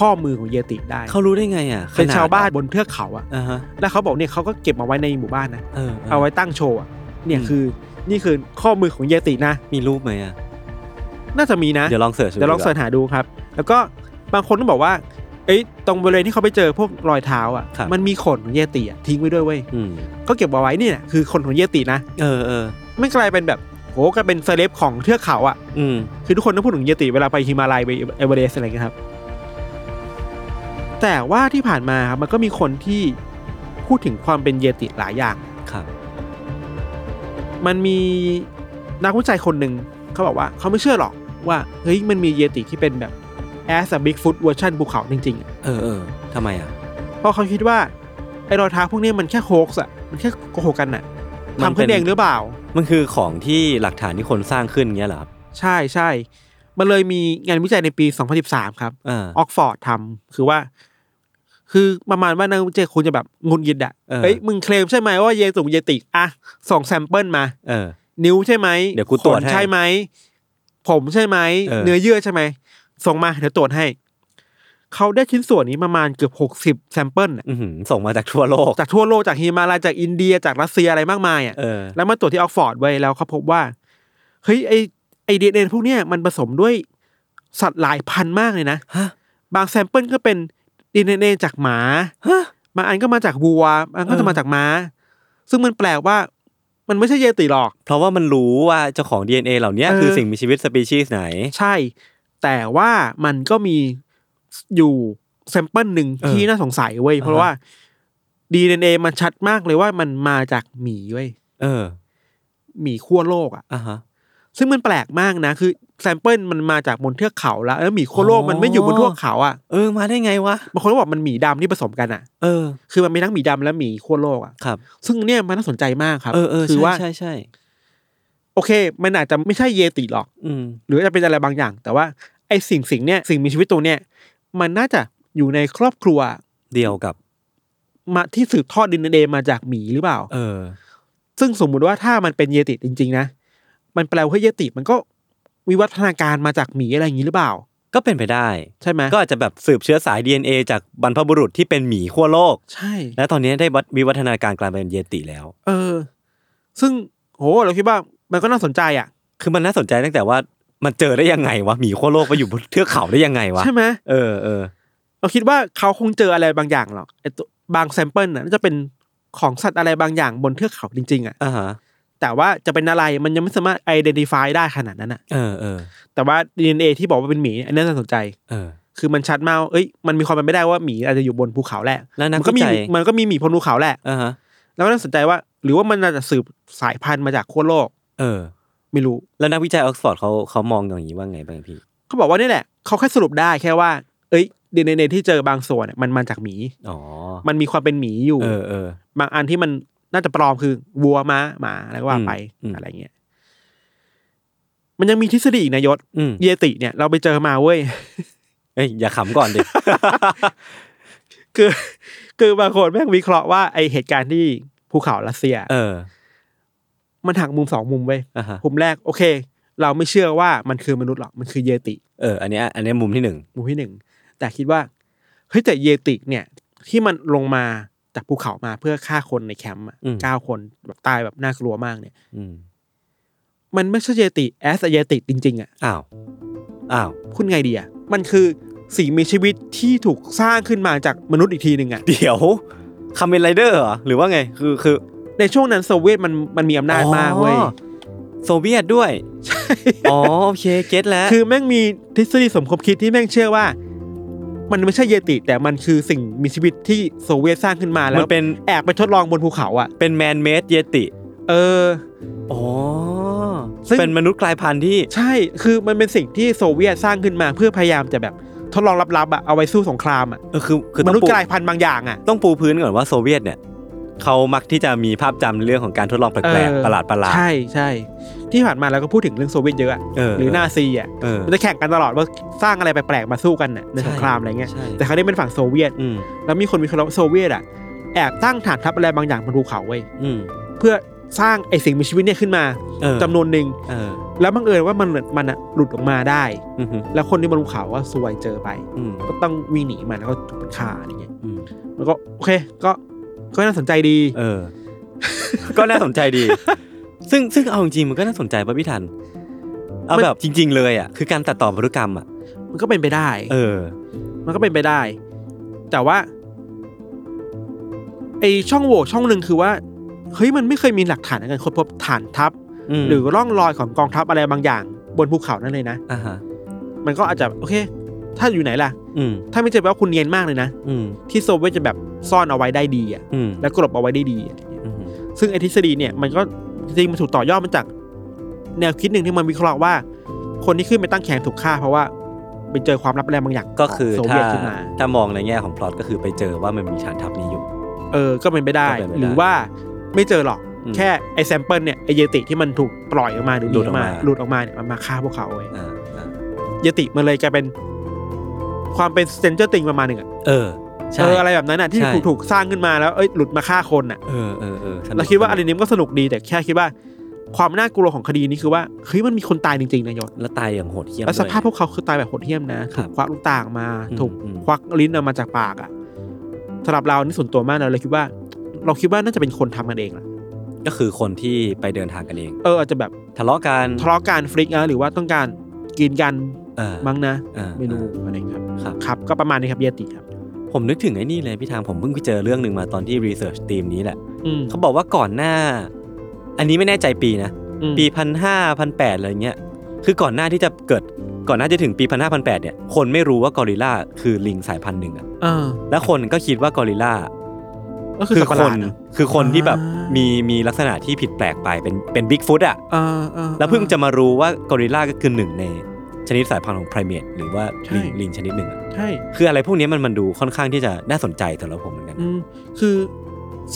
[SPEAKER 3] ข้อมือของเยติได้
[SPEAKER 2] เขารู้ได้ไงอ่ะ
[SPEAKER 3] เป็น
[SPEAKER 2] ขด
[SPEAKER 3] ชาวบ้านบนเทือกเขาอ่ะ
[SPEAKER 2] อ่าฮะ
[SPEAKER 3] แล้วเขาบอกเนี่ยเขาก็เก็บมาไว้ในหมู่บ้านนะ
[SPEAKER 2] เออ
[SPEAKER 3] เอาไว้ตั้งโชว์อะเนี่ย
[SPEAKER 2] ม
[SPEAKER 3] คือนี่คือข้อมือของเยตินะ
[SPEAKER 2] มีรูปไหมอ่ะ
[SPEAKER 3] น่าจะมีนะ
[SPEAKER 2] เดี๋ยวลองเสิร์ช
[SPEAKER 3] เดี๋ยวลองเสิร์ชหาดูครับ แล้วก็บางคนก็บอกว่า เอ้ยตรงบริเวณที่เขาไปเจอพวกรอยเท้าอ่ะ
[SPEAKER 2] ครับ
[SPEAKER 3] มันมีขนของเยติอะทิ้งไว้ด้วยเว้ย
[SPEAKER 2] อืม
[SPEAKER 3] ก็เก็บเอาไว้เนี่ยคือขนของเยตินะ
[SPEAKER 2] เออเออ
[SPEAKER 3] ไม่กลายเป็นแบบโหกลายเป็นเซเลบของเทือกเขาอ่ะ
[SPEAKER 2] อืม
[SPEAKER 3] คือทุกคนต้องพูดถึงเยติเวลาไปฮิมาลัยไปเอเวอเรสต์อะไรกันครับ แต่ว่าที่ผ่านมาครับมันก็มีคนที่พูดถึงความเป็นเยติหลายอย่าง
[SPEAKER 2] ครับ
[SPEAKER 3] มันมีนักวิจัยคนหนึ่งเขาบอกว่าเขาไม่เชื่อหรอกว่าเฮ้ยมันมีเยติที่เป็นแบบแอสบิ๊กฟุตเวอร์ชันภูเขาจริงๆอะ
[SPEAKER 2] เออเออทำไมอ่ะ
[SPEAKER 3] เพราะเขาคิดว่าไอ้รอยเท้าพวกนี้มันแค่โฮกส์อ่ะมันแค่โกหกกันน่ะ
[SPEAKER 2] มันเป็น
[SPEAKER 3] ทำขึ้นเองหรือเปล่า
[SPEAKER 2] มันคือของที่หลักฐานที่คนสร้างขึ้นเงี้ยเหรอครับ
[SPEAKER 3] ใช่ใช่มันเลยมีงานวิจัยในปี 2013 ครับ
[SPEAKER 2] อ่า
[SPEAKER 3] ออกฟอร์ดทำคือว่า คือประมาณว่านักวิจัยคุณจะแบบงุนยิดอะ
[SPEAKER 2] เออ
[SPEAKER 3] เอ้ยมึงเคลมใช่ไหมว่าเยตุงเยติอ่ะส่งแซมเปิลมา
[SPEAKER 2] เออ
[SPEAKER 3] นิ้วใช่ไหม
[SPEAKER 2] เดี๋ยวกูตรวจ
[SPEAKER 3] ข
[SPEAKER 2] ให้
[SPEAKER 3] นใช่ไหม ผมใช่ไหม
[SPEAKER 2] เออ
[SPEAKER 3] เนื้อเยื่อใช่ไหม ส่งมาเดี๋ยวตรวจให้ เขาได้ชิ้นส่วนนี้ประมาณเกือบหกสิบแซมเปิลน่ะ
[SPEAKER 2] อื้อหือส่งมาจากทั่วโลก
[SPEAKER 3] จากทั่วโลกจากฮิมาลายจากอินเดียจากรัสเซียอะไรมากมายอ่ะ
[SPEAKER 2] เออ
[SPEAKER 3] แล้วมาตรวจที่ออกฟอร์ดไว้แล้วเขาพบว่าเฮ้ยไอไอ ดีเอ็นพวกเนี้ยมันผสมด้วยสัตว์หลายพันธุ์มากเลยนะ
[SPEAKER 2] ฮะ
[SPEAKER 3] บางแซมเปิลก็เป็นดีเอ็นจากหมา
[SPEAKER 2] ฮะ
[SPEAKER 3] บางอันก็มาจากวัวบางอันก็จะมาจากม้า ซึ่งมันแปลกว่ามันไม่ใช่เยติหรอก
[SPEAKER 2] เพราะว่ามันรู้ว่าเจ้าของ DNA เหล่านี้
[SPEAKER 3] เออ
[SPEAKER 2] คือสิ่งมีชีวิตสปีชีส์ไหน
[SPEAKER 3] ใช่ แต่ว่ามันก็มีอยู่แซมเปิลหนึ่ง
[SPEAKER 2] เออ
[SPEAKER 3] ที่น่าสงสัยเว้ย เพราะ
[SPEAKER 2] อ่าฮะ
[SPEAKER 3] ว่า DNA มันชัดมากเลยว่ามันมาจากหมีเว้ย
[SPEAKER 2] เออ
[SPEAKER 3] หมีขั้วโลกอ่ะ
[SPEAKER 2] อ่ะฮะ
[SPEAKER 3] ซึ่งมันแปลกมากนะ คือแซมเปิลมันมาจากบนเทือกเขาแล้วแล้วหมีขั้วโลก
[SPEAKER 2] อ๋อ
[SPEAKER 3] มันไม่อยู่บนเทือกเขาอ่ะ
[SPEAKER 2] เออ มาได้ไงวะ
[SPEAKER 3] บางคนก็บอกมันหมีดำที่ผสมกันอ่ะ
[SPEAKER 2] เออ
[SPEAKER 3] คือมันมีทั้งหมีดำและหมีขั้วโลกอ่ะ
[SPEAKER 2] ครับ
[SPEAKER 3] ซึ่งเนี่ยมันน่าสนใจมากครับ
[SPEAKER 2] เออเออ
[SPEAKER 3] คื
[SPEAKER 2] ใช่
[SPEAKER 3] ว่า
[SPEAKER 2] ใช่ใช่
[SPEAKER 3] โอเค มันอาจจะไม่ใช่เยติหรอก
[SPEAKER 2] อืม
[SPEAKER 3] หรืออาจจะเป็นอะไรบางอย่าง แต่ว่าไอ้สิ่งสิ่งเนี่ยสิ่งมีชีวิตตัวเนี่ยมันน่าจะอยู่ในครอบครัว
[SPEAKER 2] เดียวกับ
[SPEAKER 3] มาที่สืบทอดดินเดมาจากหมีหรือเปล่า
[SPEAKER 2] เออ
[SPEAKER 3] ซึ่งสมมุติว่าถ้ามันเป็นเยติจริง ๆ นะ มันแปลว่าเยติมันก็วิวัฒนาการมาจากหมีอะไรอย่างนี้หรือเปล่า
[SPEAKER 2] ก็เป็นไปได้
[SPEAKER 3] ใช่ไหม
[SPEAKER 2] ก็อาจจะแบบสืบเชื้อสาย DNA จากบรรพบุรุษที่เป็นหมีขั้วโลก
[SPEAKER 3] ใช่
[SPEAKER 2] และตอนนี้ได้วัดวิวัฒนาการกลายเป็นเยติแล้ว
[SPEAKER 3] เออ ซึ่งโหเราคิดว่ามันก็น่าสนใจอ่ะ
[SPEAKER 2] คือมันน่าสนใจตั้งแต่ว่ามันเจอได้ยังไงวะหมีขั้วโลกไปอยู่บนเทือกเขาได้ยังไงวะ
[SPEAKER 3] ใช่ไหม
[SPEAKER 2] เออเออ
[SPEAKER 3] เราคิดว่าเขาคงเจออะไรบางอย่างหรอกไอ้ตัวบางแซมเปิลน่ะน่าจะเป็นของสัตว์อะไรบางอย่างบนเทือกเขาจริงๆอ่ะ
[SPEAKER 2] อ่าฮะ
[SPEAKER 3] แต่ว่าจะเป็นอะไรมันยังไม่สามารถ identify ได้ขนาดนั้นอ่ะ
[SPEAKER 2] เออเออ
[SPEAKER 3] แต่ว่า DNA ที่บอกว่าเป็นหมีอันนี้น่าสนใจ
[SPEAKER 2] เออ
[SPEAKER 3] คือมันชัดมากว่าเอ้ย มันมีความเป็นไปได้ว่าหมีอาจจะอยู่บนภูเขาแหละ
[SPEAKER 2] แล้วนัก
[SPEAKER 3] มัก็มี
[SPEAKER 2] วิจัย
[SPEAKER 3] มันก็มีหมีบนภูเขาแหละ
[SPEAKER 2] อ่าฮะ
[SPEAKER 3] แล้วก็น่าสนใจว่า หรือว่ามันอาจจะสืบสายพันธุ์มาจากขั้วโลก
[SPEAKER 2] เออ
[SPEAKER 3] ไม่รู้
[SPEAKER 2] แล้วนักวิจัยออกซฟอร์ดเขาเขามองอย่างนี้ว่าไงบ้างพี่
[SPEAKER 3] เขาบอกว่านี่แหละ เขาแค่สรุปได้แค่ว่า เอ้ย DNA ที่เจอบางส่วนอะมันมาจากหมี
[SPEAKER 2] อ๋อ
[SPEAKER 3] มันมีความเป็นหมีอยู่
[SPEAKER 2] เออเออ
[SPEAKER 3] บางอันที่มันน่าจะปลอมคือวัวม้าหมาอะไรก็ว่าไป
[SPEAKER 2] อืมอืม
[SPEAKER 3] อะไรเงี้ย มันยังมีทฤษฎีอีกนายศ
[SPEAKER 2] อืม
[SPEAKER 3] เยติเนี่ยเราไปเจอมาเว้ย
[SPEAKER 2] เอ้ยอย่าขำก่อนดิ
[SPEAKER 3] คือ คือบางคนแม่งวิเคราะห์ว่าไอเหตุการณ์ที่ภูเขารัสเซีย
[SPEAKER 2] เออ
[SPEAKER 3] มันหักมุมสองมุมเว้ย
[SPEAKER 2] อ่าฮะ
[SPEAKER 3] มุมแรกโอเค เราไม่เชื่อว่ามันคือมนุษย์หรอกมันคือเยติ
[SPEAKER 2] เอออันเนี้ยอันเนี้ยมุมที่หนึ่ง
[SPEAKER 3] มุมที่หนึ่งแต่คิดว่าเฮ้ยแต่เยติเนี่ย ที่มันลงมาจากภูเขามาเพื่อฆ่าคนในแคมป์อะเก้าคนแบบตายแบบน่ากลัวมากเนี่ย
[SPEAKER 2] อืม
[SPEAKER 3] มันไม่ใช่เยติแอสเยติจริงๆอ่ะ
[SPEAKER 2] อ้าวอ้าว
[SPEAKER 3] คุณไงดีอ่ะมันคือสิ่งมีชีวิตที่ถูกสร้างขึ้นมาจากมนุษย์อีกทีหนึ่งอ่ะ
[SPEAKER 2] เดี๋ยวคาเมนไรเดอร์เหรอหรือว่าไงคือคือ
[SPEAKER 3] ในช่วงนั้นโซเวียตมันมันมีอำนาจมากเว้ย
[SPEAKER 2] อ๋อโซเวียตด้วยอ๋อโอเคเก็ตแล้ว
[SPEAKER 3] คือแม่งมีทฤษฎีสมคบคิดที่แม่งเชื่อว่า มันไม่ใช่เยติ แต่มันคือสิ่งมีชีวิตที่โซเวียตสร้างขึ้นมาแล้
[SPEAKER 2] มั
[SPEAKER 3] วน
[SPEAKER 2] เป็น
[SPEAKER 3] แอบไปทดลองบนภูเขาอ่ะ
[SPEAKER 2] เป็นแมนเมดเยติ
[SPEAKER 3] เออ
[SPEAKER 2] อ๋อ
[SPEAKER 3] ซึ่ง
[SPEAKER 2] เป็นมนุษย์กลายพันธุ์ที่
[SPEAKER 3] ใช่คือมันเป็นสิ่งที่โซเวียตสร้างขึ้นมา เพื่อพยายามจะแบบทดลองลับๆอ่ะเอาไว้สู้สงครามอ่ะ
[SPEAKER 2] เออคือคือ
[SPEAKER 3] ม
[SPEAKER 2] ต้อง
[SPEAKER 3] นุษย์
[SPEAKER 2] ปู
[SPEAKER 3] กลายพันธุ์บางอย่างอ่ะ
[SPEAKER 2] ต้องปูพื้นก่อนว่าโซเวียตเนี่ยเขามักที่จะมีภาพจำเรื่องของการทดลองแป
[SPEAKER 3] เอ
[SPEAKER 2] ลก
[SPEAKER 3] อ
[SPEAKER 2] ๆประหลาดประหลาด
[SPEAKER 3] ใช่ใช่ที่ผ่านมาเราก็พูดถึงเรื่องโซเวียตเยอะอะ
[SPEAKER 2] เออ
[SPEAKER 3] หรือนาซีอ่ะ
[SPEAKER 2] เออ
[SPEAKER 3] มันจะแข่งกันตลอดว่าสร้างอะไรแปลกๆมาสู้กันน่ะใน
[SPEAKER 2] ใช่
[SPEAKER 3] สงครามอะไรเงี้ย
[SPEAKER 2] ใช่
[SPEAKER 3] แต่เขาได้เป็นฝั่งโซเวียต
[SPEAKER 2] อืม
[SPEAKER 3] แล้วมีคนวิเคราะห์ว่าโซเวียตอ่ะแอบตั้งฐานทัพอะไรบางอย่างบนภูเขาเว้ย
[SPEAKER 2] อืม
[SPEAKER 3] เพื่อสร้างไอสิ่งมีชีวิตเนี่ยขึ้นมา
[SPEAKER 2] เออ
[SPEAKER 3] จำนวนหนึ่ง
[SPEAKER 2] เออ
[SPEAKER 3] แล้วบังเอิญว่ามันมันอะหลุดออกมาได้
[SPEAKER 2] อืมฮึ
[SPEAKER 3] แล้วคนที่บนภูเขาก็ซวยเจอไป
[SPEAKER 2] อืม
[SPEAKER 3] ก็ต้องวิ่งหนีมันแล้วก็ถูกฆ่าอะไรเงี้ย
[SPEAKER 2] อืม
[SPEAKER 3] มันก็โอเคก็ก็น่าสนใจดี
[SPEAKER 2] เออ ก็น่าสนใจ ดี ซึ่งซึ่งเอาจริงๆมันก็น่าสนใจป่ะพี่ทัน เอาแบบจริง ๆ เลยอ่ะคือการตัดต่อมนุษยกรรมอ่ะ
[SPEAKER 3] มันก็เป็นไปได้
[SPEAKER 2] เออ
[SPEAKER 3] มันก็เป็นไปได้ แต่ว่าไอช่องโหว่ช่องหนึ่งคือว่าเฮ้ยมันไม่เคยมีหลักฐานในการค้นพบฐานทัพ
[SPEAKER 2] อืม
[SPEAKER 3] หรือร่องรอยของกองทัพอะไรบางอย่าง บนภูเขานั่นเลยนะ
[SPEAKER 2] อ่าฮะ
[SPEAKER 3] มันก็อาจจะโอเค ถ้าอยู่ไหนล่ะ
[SPEAKER 2] อืม
[SPEAKER 3] ถ้าไม่เจอแปลว่าคุณเนียนมากเลยนะ
[SPEAKER 2] อืม
[SPEAKER 3] ที่โซเวียตจะแบบซ่อนเอาไว้ได้ดีอะ
[SPEAKER 2] อืม
[SPEAKER 3] และกลบเอาไว้ได้ดีอะ
[SPEAKER 2] อืม
[SPEAKER 3] ซึ่งไอทฤษฎีเนี่ยมันก็จริงๆมันถูกต่อยอดมาจาก แนวคิดหนึ่งที่มันวิเคราะห์ว่า คนที่ขึ้นไปตั้งแคมป์ถูกฆ่าเพราะว่าไปเจอความลับแรงบางอย่าง
[SPEAKER 2] ก็คือ
[SPEAKER 3] โซ
[SPEAKER 2] ถ้า
[SPEAKER 3] เวียตขึ้นมา
[SPEAKER 2] ถ้ามองในแง่ของพล็อตก็คือไปเจอว่ามันมีฐานทัพนี้อยู่
[SPEAKER 3] เออ ก็เป็นไปได้
[SPEAKER 2] ก็เป็นไปได้
[SPEAKER 3] หรือว่าไม่เจอหรอก
[SPEAKER 2] อืม
[SPEAKER 3] แค่ไอแซมเปิลเนี่ยไอเยติที่มันถูกปล่อยออกมาหรือหลุดออกมาห
[SPEAKER 2] หลุ
[SPEAKER 3] ลุ
[SPEAKER 2] ด
[SPEAKER 3] ดอ
[SPEAKER 2] อ
[SPEAKER 3] อ
[SPEAKER 2] อก ก
[SPEAKER 3] มา
[SPEAKER 2] มา
[SPEAKER 3] เนี่ยมันมาฆ่าพวกเขาเว้ย
[SPEAKER 2] อ่าอ่า
[SPEAKER 3] เยติมันเลยกลายเป็นความเป็นเซนเจอร์ติงประมาณหนึ่งอะ
[SPEAKER 2] เออใช่
[SPEAKER 3] เอออะไรแบบนั้นอะที่
[SPEAKER 2] ใช่
[SPEAKER 3] ถูกถูกสร้างขึ้นมาแล้วเอ้ยหลุดมาฆ่าคนอะ
[SPEAKER 2] เออเออเออสนุก
[SPEAKER 3] เราคิดว่า
[SPEAKER 2] ส
[SPEAKER 3] อะไร
[SPEAKER 2] นุก
[SPEAKER 3] นี้มันก็สนุกดีแต่แค่คิดว่า ความน่ากลัวของคดีนี้คือว่าเฮ้ยมันมีคนตายจริงๆนายศ
[SPEAKER 2] แล้วตายอย่างโหดเหี้ยม
[SPEAKER 3] แล้วสภาพพ
[SPEAKER 2] ด้ย
[SPEAKER 3] วกเขาคือตายแบบโหดเหี้ยมนะ
[SPEAKER 2] ครั
[SPEAKER 3] ถู
[SPEAKER 2] บ
[SPEAKER 3] กควักลูกตาออกมา
[SPEAKER 2] อืม
[SPEAKER 3] ถูก
[SPEAKER 2] อืม
[SPEAKER 3] ควักลิ้นออกมาจากปากอ่ะสำหรับเรานี่ส่วนตัวมากเราเลยคิดว่า เราคิดว่าน่าจะเป็นคนทำกันเองแหละ
[SPEAKER 2] ก็คือคนที่ไปเดินทางกันเอง
[SPEAKER 3] เอออาจจะแบบ
[SPEAKER 2] ทะเลาะกัน
[SPEAKER 3] ทะเลาะกันฟลิกนะหรือว่าต้องการกินกัน
[SPEAKER 2] เออ
[SPEAKER 3] มั้งนะ
[SPEAKER 2] เออ
[SPEAKER 3] ไม่รู้อะไรครับ
[SPEAKER 2] ครับ
[SPEAKER 3] ครับ ก็ประมาณนี้ครับเยติครับ
[SPEAKER 2] ผมนึกถึงไอ้นี่เลยพี่ทางผมเพิ่งไปเจอเรื่องหนึ่งมาตอนที่รีเสิร์ชทีมนี้แหละ
[SPEAKER 3] อืม
[SPEAKER 2] เขาบอกว่าก่อนหน้า อันนี้ไม่แน่ใจปีนะ
[SPEAKER 3] อืม
[SPEAKER 2] ปีพันห้าพันแปดอะไรเงี้ย คือก่อนหน้าที่จะเกิด ก่อนหน้าจะถึงปีพันห้าพันแปดเนี่ย คนไม่รู้ว่ากอริลลาคือลิงสายพันธุ์หนึ่งอะ
[SPEAKER 3] เออ
[SPEAKER 2] แล้วคนก็คิดว่ากอริลลา
[SPEAKER 3] ก็คือ
[SPEAKER 2] คื
[SPEAKER 3] สัตว์ประ
[SPEAKER 2] ค
[SPEAKER 3] หลาด
[SPEAKER 2] น
[SPEAKER 3] อะ
[SPEAKER 2] คือคนที่แบบ
[SPEAKER 3] อ่ามี
[SPEAKER 2] มีมีลักษณะที่ผิดแปลกไปเป็นเป็นบิ๊กฟุตอะ
[SPEAKER 3] เออออ
[SPEAKER 2] แล้วเพิ่งจะมารู้ว่ากอริลลาก็คือหนึ่งในชนิดสายพันธุ์ของไพรเมตหรือว่า
[SPEAKER 3] ใช่
[SPEAKER 2] ลิงลิงชนิดหนึ่งอะ
[SPEAKER 3] ใช่
[SPEAKER 2] คืออะไรพวกนี้มันมันดูค่อนข้างที่จะน่าสนใจสำหรับผมเหมือนกัน
[SPEAKER 3] อืมคือ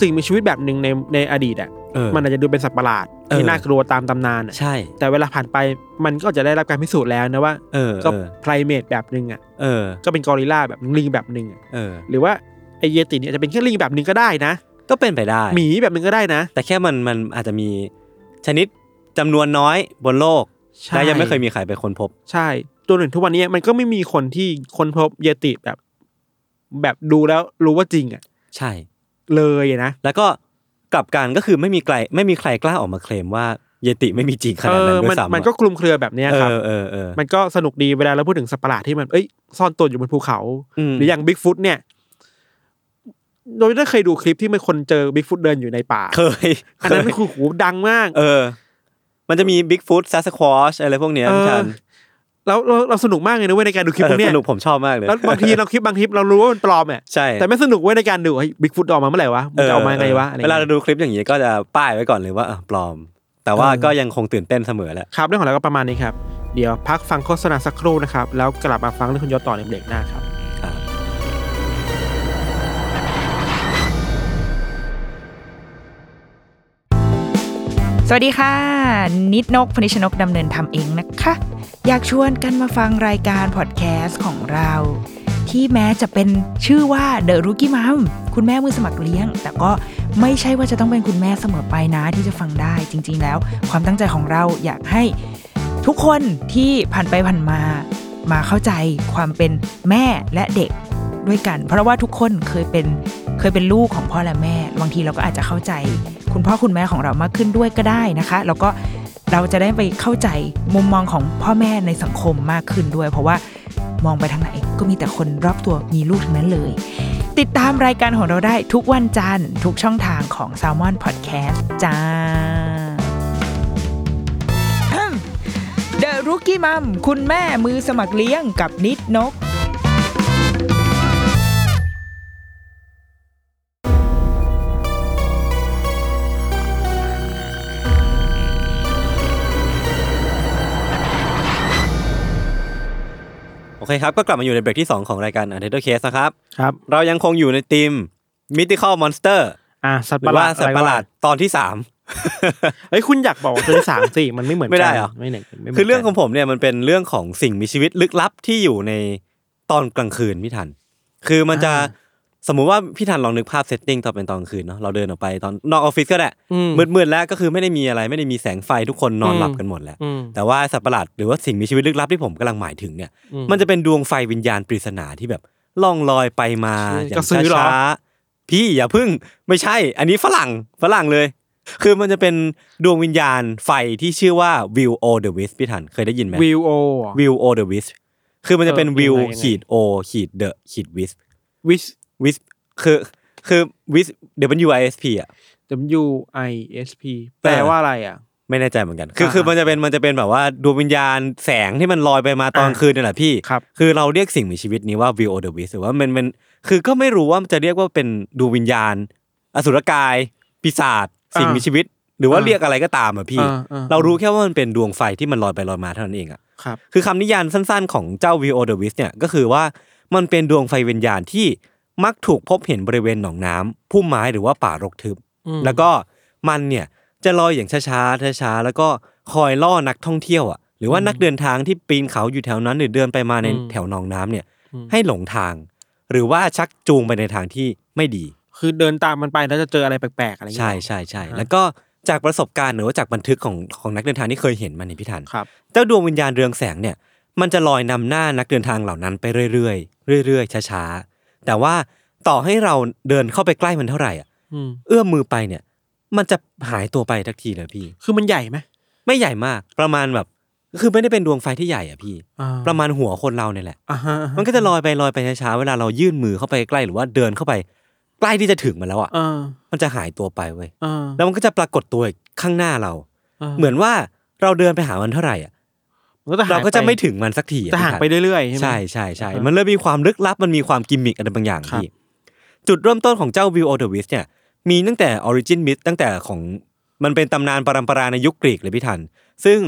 [SPEAKER 3] สิ่งมีชีวิตแบบหนึ่งในในอดีตอ่ะ
[SPEAKER 2] เออ
[SPEAKER 3] มันอาจจะดูเป็นสัตว์ประหลาด
[SPEAKER 2] เออ
[SPEAKER 3] ที่น่ากลัวตามตำนานอะ
[SPEAKER 2] ใช่
[SPEAKER 3] แต่เวลาผ่านไปมันก็จะได้รับการพิสูจน์แล้วนะว่า
[SPEAKER 2] เออ
[SPEAKER 3] ก็
[SPEAKER 2] เออ
[SPEAKER 3] ไพรเมตแบบหนึ่งอ่ะ
[SPEAKER 2] เออ
[SPEAKER 3] ก็เป็นกอริลลาแบบหนึ่งลิงแบบหนึ่งอะ
[SPEAKER 2] เออ
[SPEAKER 3] หรือว่าไอเยติเนี่ยอาจจะเป็นแค่ลิงแบบหนึ่งก็ได้นะ
[SPEAKER 2] ก็เป็นไปได้
[SPEAKER 3] หมีแบบหนึ่งก็ได้นะ
[SPEAKER 2] แต่แค่มันมันอาจจะมีชนิดจำนวนน้อยบนโลก
[SPEAKER 3] ใช่
[SPEAKER 2] และยังไม่เคยมีใครไปค้นพบ
[SPEAKER 3] ใช่จนถึงทุกวันนี้มันก็ไม่มีคนที่ค้นพบเยติแบบ แบบดูแล้วรู้ว่าจริงอ่ะ
[SPEAKER 2] ใช่
[SPEAKER 3] เลยนะ
[SPEAKER 2] แล้วก็กลับกันก็คือไม่มีใครไม่มีใครกล้าออกมาเคลมว่าเยติไม่มีจริงขนาดนั้น
[SPEAKER 3] เออ
[SPEAKER 2] ด้ว
[SPEAKER 3] มั
[SPEAKER 2] ยซ้ำอะ
[SPEAKER 3] มันก็คลุมเครือแบบเนี้ยครับ
[SPEAKER 2] เออเออเออ
[SPEAKER 3] มันก็สนุกดีเวลาเราพูดถึงสัตว์ประหลาดที่มัน เอ้ย ซ่อนตัวอยู่บนภูเขา
[SPEAKER 2] ม
[SPEAKER 3] หรืออย่างบิ๊กฟุตเนี่ย โดยได้เคยดูคลิปที่มีคนเจอบิ๊กฟุตเดินอยู่ในป่า
[SPEAKER 2] เคย
[SPEAKER 3] อันนั้นคือหูดังมาก
[SPEAKER 2] เออ มันจะมีบิ๊กฟุตซัสควอชอะไรพวกเนี้ย
[SPEAKER 3] เออ
[SPEAKER 2] พี่ทัน
[SPEAKER 3] แล้วเราเราสนุกมากเลยนะเว้ยในการดูคลิปพ
[SPEAKER 2] เอ
[SPEAKER 3] วก
[SPEAKER 2] อ
[SPEAKER 3] เนี้ย
[SPEAKER 2] สนุกผมชอบมากเลย
[SPEAKER 3] แล้วบางทีเราคลิปบางคลิปเรารู้ว่ามันปลอมอ่ะ
[SPEAKER 2] ใช่
[SPEAKER 3] แต่ไม่สนุกเว้ยในการดูบิ๊กฟุตออกมาเมื่อไหร่วะมันจะออกมาไงวะอะไร
[SPEAKER 2] เวลา
[SPEAKER 3] เงี้ย
[SPEAKER 2] เราดูคลิปอย่างนี้ก็จะป้ายไว้ก่อนเลยว่าอ่ะปลอม แต่ว่า
[SPEAKER 3] เออ
[SPEAKER 2] ก็ยังคงตื่นเต้นเสมอแหละ
[SPEAKER 3] ครับเรื่องของเราก็ประมาณนี้ครับ เดี๋ยวพักฟังโฆษณาสักครู่นะครับแล้วกลับมาฟังเรื่องคุณยศต่อในเบรกหน้าครับ
[SPEAKER 4] สวัสดีค่ะ นิดนกพนิชนกดำเนินทำเองนะคะ อยากชวนกันมาฟังรายการพอดแคสต์ของเรา ที่แม้จะเป็นชื่อว่า The Rookie Mom คุณแม่มือสมัครเลี้ยง แต่ก็ไม่ใช่ว่าจะต้องเป็นคุณแม่เสมอไปนะที่จะฟังได้จริง ๆ แล้ว ความตั้งใจของเราอยากให้ทุกคนที่ผ่านไปผ่านมา มาเข้าใจความเป็นแม่และเด็กด้วยกัน เพราะว่าทุกคนเคยเป็นเคยเป็นลูกของพ่อและแม่ บางทีเราก็อาจจะเข้าใจ คุณพ่อคุณแม่ของเรามากขึ้นด้วยก็ได้นะคะ แล้วก็เราจะได้ไปเข้าใจมุมมองของพ่อแม่ในสังคมมากขึ้นด้วย เพราะว่ามองไปทางไหนก็มีแต่คนรอบตัวมีลูกทั้งนั้นเลย ติดตามรายการของเราได้ทุกวันจันทร์ทุกช่องทางของ s a l m o n Podcast จ้า The Rookie Mom คุณแม่มือสมัครเลี้ยงกับนิดนก
[SPEAKER 2] โอเคครับ ก็กลับมาอยู่ในเบรกที่ 2 ของรายการ u n t i t l e Case นะครับ
[SPEAKER 3] ครับ
[SPEAKER 2] เรายังคงอยู่ในทีม Mythical Monster
[SPEAKER 3] อ่ะสัต
[SPEAKER 2] ห
[SPEAKER 3] ว์
[SPEAKER 2] รื
[SPEAKER 3] ประ
[SPEAKER 2] อว่า
[SPEAKER 3] หลาด
[SPEAKER 2] สัตว์ประหลาดตอนที่
[SPEAKER 3] เฮ้ยคุณอยากบอกว่าตัวที่สามสี่มันไม่เหมือนกัน
[SPEAKER 2] ไม่ได้เหรอ
[SPEAKER 3] ไม่เหมือนกันไม่หมื
[SPEAKER 2] 3
[SPEAKER 3] นกัน
[SPEAKER 2] คือเรื่องของผมเนี่ยมันเป็นเรื่องของสิ่งมีชีวิตลึกลับที่อยู่ในตอนกลางคืนพี่ทัน คือมันจะ
[SPEAKER 3] อ่า
[SPEAKER 2] สมมุติว่าพี่ทันลองนึกภาพเซตติ้งตอนเป็นตอนกลางคืนเนาะเราเดินออกไปตอนนอกออฟฟิศก็ได้
[SPEAKER 3] อืม
[SPEAKER 2] มืดๆแล้วก็คือไม่ได้มีอะไรไม่ได้มีแสงไฟทุกคนนอนหลับกันหมดแล้ว
[SPEAKER 3] อืม
[SPEAKER 2] แต่ว่าสัตว์ประหลาดหรือว่าสิ่งมีชีวิตลึกลับที่ผมกำลังหมายถึงเนี่ย
[SPEAKER 3] อืม
[SPEAKER 2] มันจะเป็นดวงไฟวิญญาณปริศนาที่แบบล่องลอยไปมา
[SPEAKER 3] ใช่
[SPEAKER 2] อย่าก ง
[SPEAKER 3] ระสือเหรอ
[SPEAKER 2] ช้าๆพี่อย่าพึ่งไม่ใช่ อันนี้ฝรั่งฝรั่งเลย คือมันจะเป็นดวงวิญญาณไฟที่ชื่อว่า Will o the Wisp พี่ทันเคยได้ยินไหม
[SPEAKER 3] วิวโอ
[SPEAKER 2] Will o the Wisp คือมันจะเป็น
[SPEAKER 3] เออ
[SPEAKER 2] Will
[SPEAKER 3] ยังไงยังไง
[SPEAKER 2] ขีด O ขีด The ขีด Wisp
[SPEAKER 3] วิช
[SPEAKER 2] Wisp คือคือ Wisp W I S P อ่ะ
[SPEAKER 3] W I S P แปลว่าอะไรอ่ะ
[SPEAKER 2] ไม่แน่ใจเหมือนกัน คือ
[SPEAKER 3] อ่า
[SPEAKER 2] คือมันจะเป็นมันจะเป็นแบบว่าดวงวิญญาณแสงที่มันลอยไปมาตอน
[SPEAKER 3] อ่า
[SPEAKER 2] คืนนี่แหละพี่
[SPEAKER 3] ครับ
[SPEAKER 2] คือเราเรียกสิ่งมีชีวิตนี้ว่า view of the beast หรือว่ามันมันคือก็ไม่รู้ว่ามันจะเรียกว่าเป็นดูวิญญาณ อสุรกาย ปีศาจสิ่งมีชีวิต หรือว่า
[SPEAKER 3] อ่า
[SPEAKER 2] เรียกอะไรก็ตามอ่ะพี่
[SPEAKER 3] อ่าอ่า
[SPEAKER 2] เรารู้แค่ว่ามันเป็นดวงไฟที่มันลอยไปลอยมาเท่านั้นเองอ่ะ
[SPEAKER 3] ครับ
[SPEAKER 2] คือคำนิยามสั้นๆของเจ้า view of the beast เนี่ยก็คือว่ามันเป็นดวงไฟวิญญาณที่มักถูกพบเห็นบริเวณหนองน้ำพุ่มไม้หรือว่าป่ารกทึบ แล้วก็มันเนี่ยจะลอยอย่างช้าๆช้าๆแล้วก็คอยล่อนักท่องเที่ยวอ่ะหรือว่านักเดินทางที่ปีนเขาอยู่แถวนั้น หรือเดินไปมาใน
[SPEAKER 3] อืม
[SPEAKER 2] แถวหนองน้ำเนี่ย
[SPEAKER 3] อืม
[SPEAKER 2] ให้หลงทาง หรือว่าชักจูงไปในทางที่ไม่ดี
[SPEAKER 3] คือเดินตามมันไปแล้วจะเจออะไรแปลกๆอะไรอย่าง
[SPEAKER 2] ใช่
[SPEAKER 3] เงี้ย
[SPEAKER 2] ใช่ใช่
[SPEAKER 3] อ่า
[SPEAKER 2] แล้วก็จากประสบการณ์หรือว่าจากบันทึกของของนักเดินทางที่เคยเห็นมาเนี่ยพี่ทัน
[SPEAKER 3] ครับ
[SPEAKER 2] เจ้าดวงวิญญาณเรืองแสงเนี่ยมันจะลอยนำหน้านักเดินทางเหล่านั้นไปเรื่อยๆเรื่อยๆช้าๆแต่ว่าต่อให้เราเดินเข้าไปใกล้มันเท่าไหร่อ่ะ
[SPEAKER 3] อืม
[SPEAKER 2] เอื้อมมือไปเนี่ย มันจะหายตัวไปทักทีเหรอพี่
[SPEAKER 3] คือมันใหญ่ไหม
[SPEAKER 2] ไม่ใหญ่มาก ประมาณแบบ คือไม่ได้เป็นดวงไฟที่ใหญ่อ่ะพี่
[SPEAKER 3] อ่
[SPEAKER 2] ประมาณหัวคนเราเนี่ยแหละ
[SPEAKER 3] อ่าฮะอ่าฮะ
[SPEAKER 2] มันก็จะลอยไปลอยไปช้าๆเวลาเรายื่นมือเข้าไปใกล้หรือว่าเดินเข้าไป ใกล้ที่จะถึงมันแล้วอ่ะ
[SPEAKER 3] อ่า
[SPEAKER 2] มันจะหายตัวไปเว้ย
[SPEAKER 3] อ่า
[SPEAKER 2] แล้วมันก็จะปรากฏตัวอีกข้างหน้าเรา
[SPEAKER 3] า
[SPEAKER 2] เหมือนว่าเราเดินไปหามันเท่าไหร่อ่ะ
[SPEAKER 3] มันก็จะหย
[SPEAKER 2] เราก็จะ
[SPEAKER 3] ป
[SPEAKER 2] ไม่ถึงมันสักทีอะ
[SPEAKER 3] จะห่างไป
[SPEAKER 2] พี่
[SPEAKER 3] เรื่อยๆ
[SPEAKER 2] ทัน
[SPEAKER 3] ใช่ไหม
[SPEAKER 2] ใช่ใช่ใช่
[SPEAKER 3] อ่าฮะ
[SPEAKER 2] มันเริ่มมีความลึกลับ มันมีความกิมมิคอะไรบางอย่าง
[SPEAKER 3] ครับ
[SPEAKER 2] พี่ จุดเริ่มต้นของเจ้าวิวโอเดวิสเนี่ย มีตั้งแต่ออริจินมิ h ตั้งแต่ของมันเป็นตำนานปรัมปราในยุคกรีกเลยพี่ทัน ซึ่ง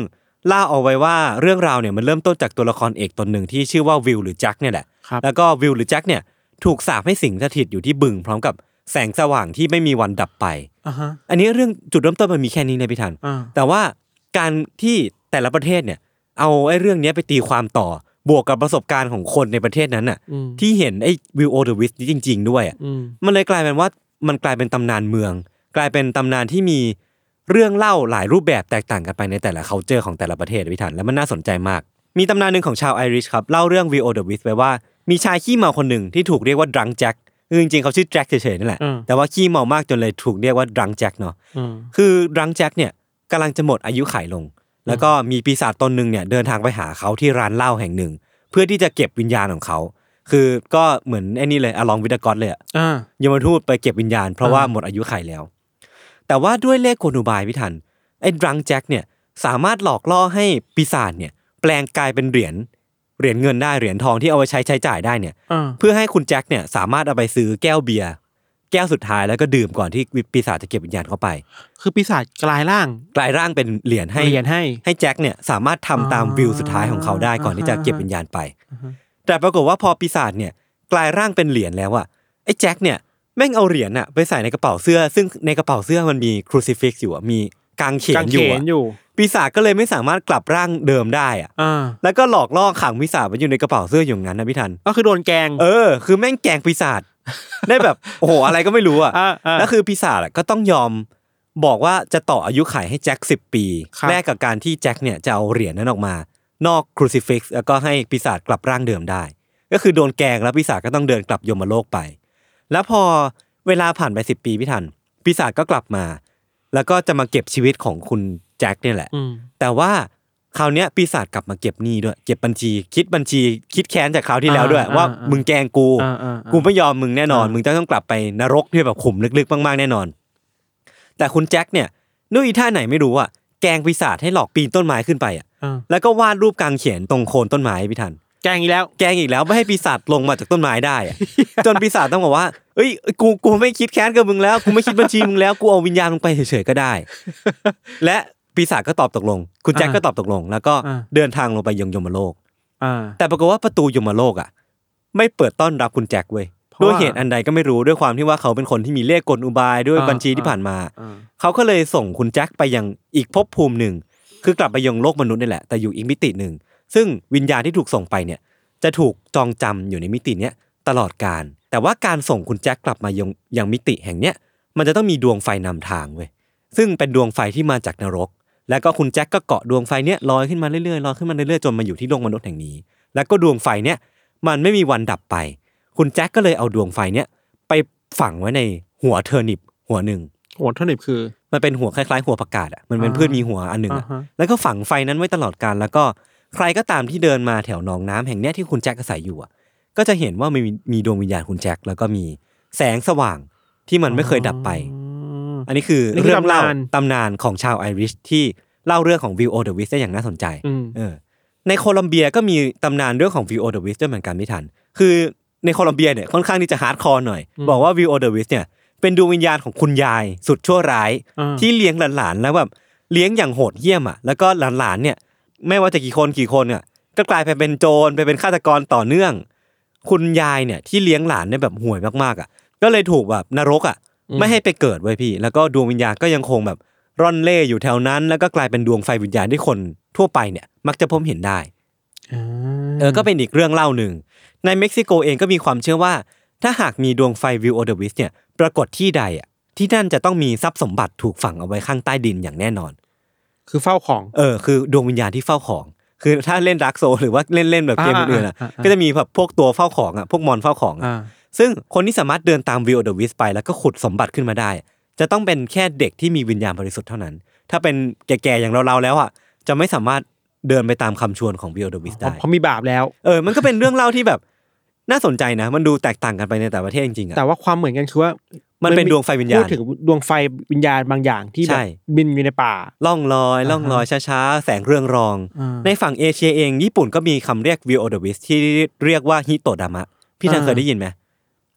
[SPEAKER 2] ล่าเอาไว้ว่าเรื่องราวเนี่ยมันเริ่มต้นจากตัวละครเอกตนหนึ่งที่ชื่อว่าวิลหรือแจ็คเนี่ยแหละ
[SPEAKER 3] ครับ
[SPEAKER 2] แล้วก็วิลหรือแจ็คเนี่ยถูกสาปให้สิงสถิตอยู่ที่บึง พร้อมกับแสงสว่างที่ไม่มีวันดับไป
[SPEAKER 3] อ่าฮะ
[SPEAKER 2] อันนี้เรื่องจุดเริ่มต้นมันมีแค่นี้นะพี่ทัน
[SPEAKER 3] อ่า
[SPEAKER 2] แต่ว่าการที่แต่ละประเทศเนี่ย เอาไอ้เรื่องเนี้ยไปตีความต่อ บวกกับประสบการณ์ของคนในประเทศนั้นน่ะ
[SPEAKER 3] อืม
[SPEAKER 2] ที่เห็นไอ้วิวโอเดวิสจริง ๆ ด้วยอะ
[SPEAKER 3] อืม
[SPEAKER 2] มันเลยกลายเป็นว่ามันกลายเป็นตำนานเมือง กลายเป็นตำนานที่มีเรื่องเล่าหลายรูปแบบแตกต่างกันไปในแต่ละ c u เจอร์ของแต่ละประเทศอะพี่ทันแล้วมันน่าสนใจมาก มีตำนานหนึ่งของชาวไอริชครับเล่าเรื่องวิวโอเดวิสไว้ว่ามีชายขี้เมาคนหนึ่งที่ถูกเรียกว่าดรังแจ็คคือจริงๆเขาชื่อแจ็คเฉยๆนั่นแหละ
[SPEAKER 3] อ่า
[SPEAKER 2] แต่ว่าขี้เมามากจนเลยถูกเรียกว่าดรังแจ็คเนาะ
[SPEAKER 3] อืม
[SPEAKER 2] คือรังแจ็คเนี่ยกำลังจะหมดอายุไขยลง แล้วก็มีปีศาจตนหนึ่งเนี่ยเดินทางไปหาเขาที่ร้านเหล้าแห่งหนึ่ง เพื่อที่จะเก็บวิญญาณของเขา คือก็เหมือนไอ้นี่เลยอลองวิดกอตเลยอะ
[SPEAKER 3] อ่า
[SPEAKER 2] ยมทูตไปเก็บวิญญาณเพราะว่า
[SPEAKER 3] อ่า
[SPEAKER 2] หมดอายุไขยแล้ว แต่ว่าด้วยเลขกลอุบายพิทันไอ้รังแจ็คเนี่ยสามารถหลอกล่อให้ปีศาจเนี่ยแปลงกายเป็นเหรียญเหรียญเงินได้เหรียญทองที่เอาไว้ใช้ใช้จ่ายได้เนี่ย
[SPEAKER 3] อ่า
[SPEAKER 2] เพื่อให้คุณแจ็คเนี่ยสามารถเอาไปซื้อแก้วเบียร์แก้วสุดท้ายแล้วก็ดื่มก่อนที่ปีศาจจะเก็บวิญญาณเข้าไป
[SPEAKER 3] คือปีศาจกลายร่าง
[SPEAKER 2] กลายร่างเป็นเหรียญให้
[SPEAKER 3] เรียนให้
[SPEAKER 2] ให้แจ็คเนี่ยสามารถทำตาม
[SPEAKER 3] อ่า
[SPEAKER 2] วิวสุดท้ายของเขาได้ก่อนที่จะ
[SPEAKER 3] อ่าฮะ
[SPEAKER 2] เก็บวิญญาณไป
[SPEAKER 3] อ่าฮะ
[SPEAKER 2] แต่ปรากฏว่าพอปีศาจเนี่ยกลายร่างเป็นเหรียญแล้วอะไอ้แจ็คเนี่ยแม่งเอาเหรียญอะไปใส่ในกระเป๋าเสื้อ ซึ่งในกระเป๋าเสื้อมันมีครูซิฟิกอยู่อะมีกางเข
[SPEAKER 3] กาน
[SPEAKER 2] อ
[SPEAKER 3] งเข
[SPEAKER 2] ยู่
[SPEAKER 3] น
[SPEAKER 2] อะ
[SPEAKER 3] อยู่
[SPEAKER 2] ปีศาจก็เลยไม่สามารถกลับร่างเดิมได้อะ
[SPEAKER 3] อ่า
[SPEAKER 2] แล้วก็หลอกล่อขังปีศาจไว้อยู่ในกระเป๋าเสื้ออย่างนั้นนะพี่ทัน
[SPEAKER 3] ก็คือโดนแกง
[SPEAKER 2] เออ คือแม่งแกล้งปีศาจได้แบบ โอ้โหอะไรก็ไม่รู้อะ
[SPEAKER 3] อ่าอ่า
[SPEAKER 2] แล้วคือปีศาจอะก็ต้องยอมบอกว่าจะต่ออายุขัยให้แจ็คสิบปี
[SPEAKER 3] ครับ
[SPEAKER 2] แลกกับการที่แจ็คเนี่ยจะเอาเหรียญนั้นออกมา นอกครูซิฟิกแล้วก็ให้ปีศาจกลับร่างเดิมได้ ก็คือโดนแกล้งแล้วปีศาจก็ต้องเดินกลับยมโลกไป แล้วพอเวลาผ่านไปสิบปีพี่ทัน ปีศาจก็กลับมา แล้วก็จะมาเก็บชีวิตของคุณแจ็คเนี่ยแหละ
[SPEAKER 3] อืม
[SPEAKER 2] แต่ว่าคราวเนี้ยปีศาจกลับมาเก็บหนี้ด้วย เก็บบัญชี คิดบัญชี คิดแค้นจากคราวที่แล้วด้วย ว่ามึงแกล้งกู
[SPEAKER 3] อ่าอ่าอ่า
[SPEAKER 2] กูไม่ยอมมึงแน่นอน
[SPEAKER 3] อ่ามึ
[SPEAKER 2] มึงจะต้องกลับไปนรกที่แบบขุมลึกๆ มากๆ แน่นอน แต่คุณแจ็คเนี่ยด้วยอีท่าไหนไม่รู้อะแกล้งปีศาจให้หลอกปีนต้นไม้ขึ้นไปอะ
[SPEAKER 3] อ่า
[SPEAKER 2] แล้วก็วาดรูปกางเขียนตรงโคนต้นไม้พี่ทัน
[SPEAKER 3] แกงอีกแล้ว
[SPEAKER 2] แกล้งอีกแล้วไม่ให้ปีศาจลงมาจากต้นไม้ได้ อะ จนปีศาจต้องบอกว่า เอ้ย กูกูไม่คิดแค้นกับมึงแล้ว กูไม่คิดบัญชีมึงแล้ว กูเอาวิญญาณมึงไปเฉยๆก็ ได้ และปีศาจก็ตอบตกลง คุณแจ็ค
[SPEAKER 3] อ่า
[SPEAKER 2] ก็ตอบตกลง แล้วก็
[SPEAKER 3] อ่า
[SPEAKER 2] เดินทางลงไปยังยมโลก
[SPEAKER 3] อ่า
[SPEAKER 2] แต่ปรากฏว่าประตูยมโลกอ่ะ ไม่เปิดต้อนรับคุณแจ็คเว้ย
[SPEAKER 3] เพราะ
[SPEAKER 2] ด้วย
[SPEAKER 3] ว่า
[SPEAKER 2] เหตุอันใดก็ไม่รู้ด้วยความที่ว่าเขาเป็นคนที่มีเลขกลอุบายด้วย
[SPEAKER 3] อ่า
[SPEAKER 2] บัญชีที่
[SPEAKER 3] อ่า
[SPEAKER 2] ผ่านมา
[SPEAKER 3] อ่า
[SPEAKER 2] เขาก็เลยส่งคุณแจ็คไปยังอีกภพภูมิหนึ่ง คือกลับไปยังโลกมนุษย์นี่แหละ แต่อยู่อีกมิติหนึ่ง ซึ่งวิญญาณที่ถูกส่งไปเนี่ย จะถูกจองจำอยู่ในมิติเนี้ยตลอดการ แต่ว่าการส่งคุณแจ็คกลับมายังยังมิติแห่งเนี้ยมันจะต้องมีดวงไฟนำทางเว้ยซึ่งเป็นดวงไฟที่มาจากนรก แล้วก็คุณแจ็คก็เกาะดวงไฟเนี้ยลอยขึ้นมาเรื่อยๆลอยขึ้นมาเรื่อยๆจนมาอยู่ที่โลกมนุษย์แห่งนี้ แล้วก็ดวงไฟเนี้ยมันไม่มีวันดับไป คุณแจ็คก็เลยเอาดวงไฟเนี้ยไปฝังไว้ในหัวเทอร์นิปหัวหนึ่ง
[SPEAKER 3] โหดเท่านิบคือ
[SPEAKER 2] มันเป็นหัวคล้ายๆหัวผักกาดอ่ะ มันเป็น
[SPEAKER 3] อ่า
[SPEAKER 2] พืชมีหัวอันหนึ่งอะ
[SPEAKER 3] อ่าฮะ
[SPEAKER 2] แล้วก็ฝังไฟนั้นไว้ตลอดการ แล้วก็ใครก็ตามที่เดินมาแถวหนองน้ำแห่งเนี้ยที่คุณแจ็คอาศัยอยู่อ่ะ ก็จะเห็นว่ามีมีดวงวิญญาณคุณแจ็คแล้วก็มีแสงสว่างที่มันไม่เคยดับไป
[SPEAKER 3] อืม
[SPEAKER 2] อันนี้คือ
[SPEAKER 3] นี่คือ
[SPEAKER 2] เรื่องเล่า
[SPEAKER 3] ตำนาน
[SPEAKER 2] ตำนานของชาวไอริชที่เล่าเรื่องของวิ l โอเดวิสได้อย่างน่าสนใจ
[SPEAKER 3] อืม
[SPEAKER 2] เออในโคลัมเบียก็มีตำนานเรื่องของวิโอเดวิสด้วยเหมือนกันไม่ทัน คือในโคลัมเบียเนี่ยค่อนข้างที่จะฮาร์ดคอร์หน่อย
[SPEAKER 3] อืม
[SPEAKER 2] บอกว่าวิโอเดวิสเนี่ยเป็นดวงวิญญาณของคุณยายสุดชั่วร้าย
[SPEAKER 3] อ่า
[SPEAKER 2] ที่เลี้ยงหลานๆแล้วแบบเลี้ยงอย่างโหดเหี้ยมอ่ะแล้วก็หลานๆเนี่ยไม่ว่าจะกี่คนกี่คนเนี่ยก็กลายไปเป็นโจรไปเป็นฆาตกรต่อเนื่อง คุณยายเนี่ยที่เลี้ยงหลานเนี่ยแบบห่วยมากๆอ่ะ ก็เลยถูกแบบนรกอ่ะ
[SPEAKER 3] อืม
[SPEAKER 2] ไม่ให้ไปเกิดไว้ยพี่ แล้วก็ดวงวิญญาณก็ยังคงแบบร่อนเล่อยู่แถวนั้น แล้วก็กลายเป็นดวงไฟวิญญาณที่คนทั่วไปเนี่ย มักจะพบเห็นได้
[SPEAKER 3] อ่า
[SPEAKER 2] เออ ก็เป็นอีกเรื่องเล่าหนึ่ง ในเม็กซิโกเองก็มีความเชื่อว่า ถ้าหากมีดวงไฟวิวโอเดวิสเนี่ย ปรากฏที่ใดอ่ะ ที่นั่นจะต้องมีทรัพย์สมบัติถูกฝังเอาไว้ข้างใต้ดินอย่างแน่นอน
[SPEAKER 3] คือเฝ้าของ
[SPEAKER 2] เออ คือดวงวิญญาณที่เฝ้าของ คือถ้าเล่นดักโซหรือว่าเล่นเล่นๆแบบเกม
[SPEAKER 3] อ่า
[SPEAKER 2] อื่นๆอ่ะ
[SPEAKER 3] อ่าอ่า
[SPEAKER 2] ก็จะมีแบบพวกตัวเฝ้าของอ่ะ พวกมอนเฝ้าของอ่ะ
[SPEAKER 3] อ่า
[SPEAKER 2] ซึ่งคนที่สามารถเดินตามวิวเดอะวิสไปแล้วก็ขุดสมบัติขึ้นมาได้ จะต้องเป็นแค่เด็กที่มีวิญญาณบริสุทธิ์เท่านั้น ถ้าเป็นแก่ๆอย่างเราๆแล้วอ่ะจะไม่สามารถเดินไปตามคำชวนของบิโอโดวิสได้
[SPEAKER 3] เพราะมีบาปแล้ว
[SPEAKER 2] เออ มันก็เป็นเรื่องเล่าที่แบบน่าสนใจนะ มันดูแตกต่างกันไปในแต่ละประเทศจริงๆอ่ะ
[SPEAKER 3] แต่ว่าความเหมือนกันคือว่า
[SPEAKER 2] มั
[SPEAKER 3] มัน
[SPEAKER 2] เป็นดวงไฟวิญญาณ
[SPEAKER 3] พูดถึงดวงไฟวิญญาณบางอย่างที่แบ
[SPEAKER 2] ใช่
[SPEAKER 3] บบินอยู่ในป่า
[SPEAKER 2] ล่องลอยล่องลอยช้าๆ แสงเรืองรอง
[SPEAKER 3] อ่า
[SPEAKER 2] ในฝั่งเอเชียเองญี่ปุ่นก็มีคำเรียกวิโอเดวิสที่เรียกว่าฮิโตดามะ พี่ทัน
[SPEAKER 3] อ่า
[SPEAKER 2] เคยได้ยินไหม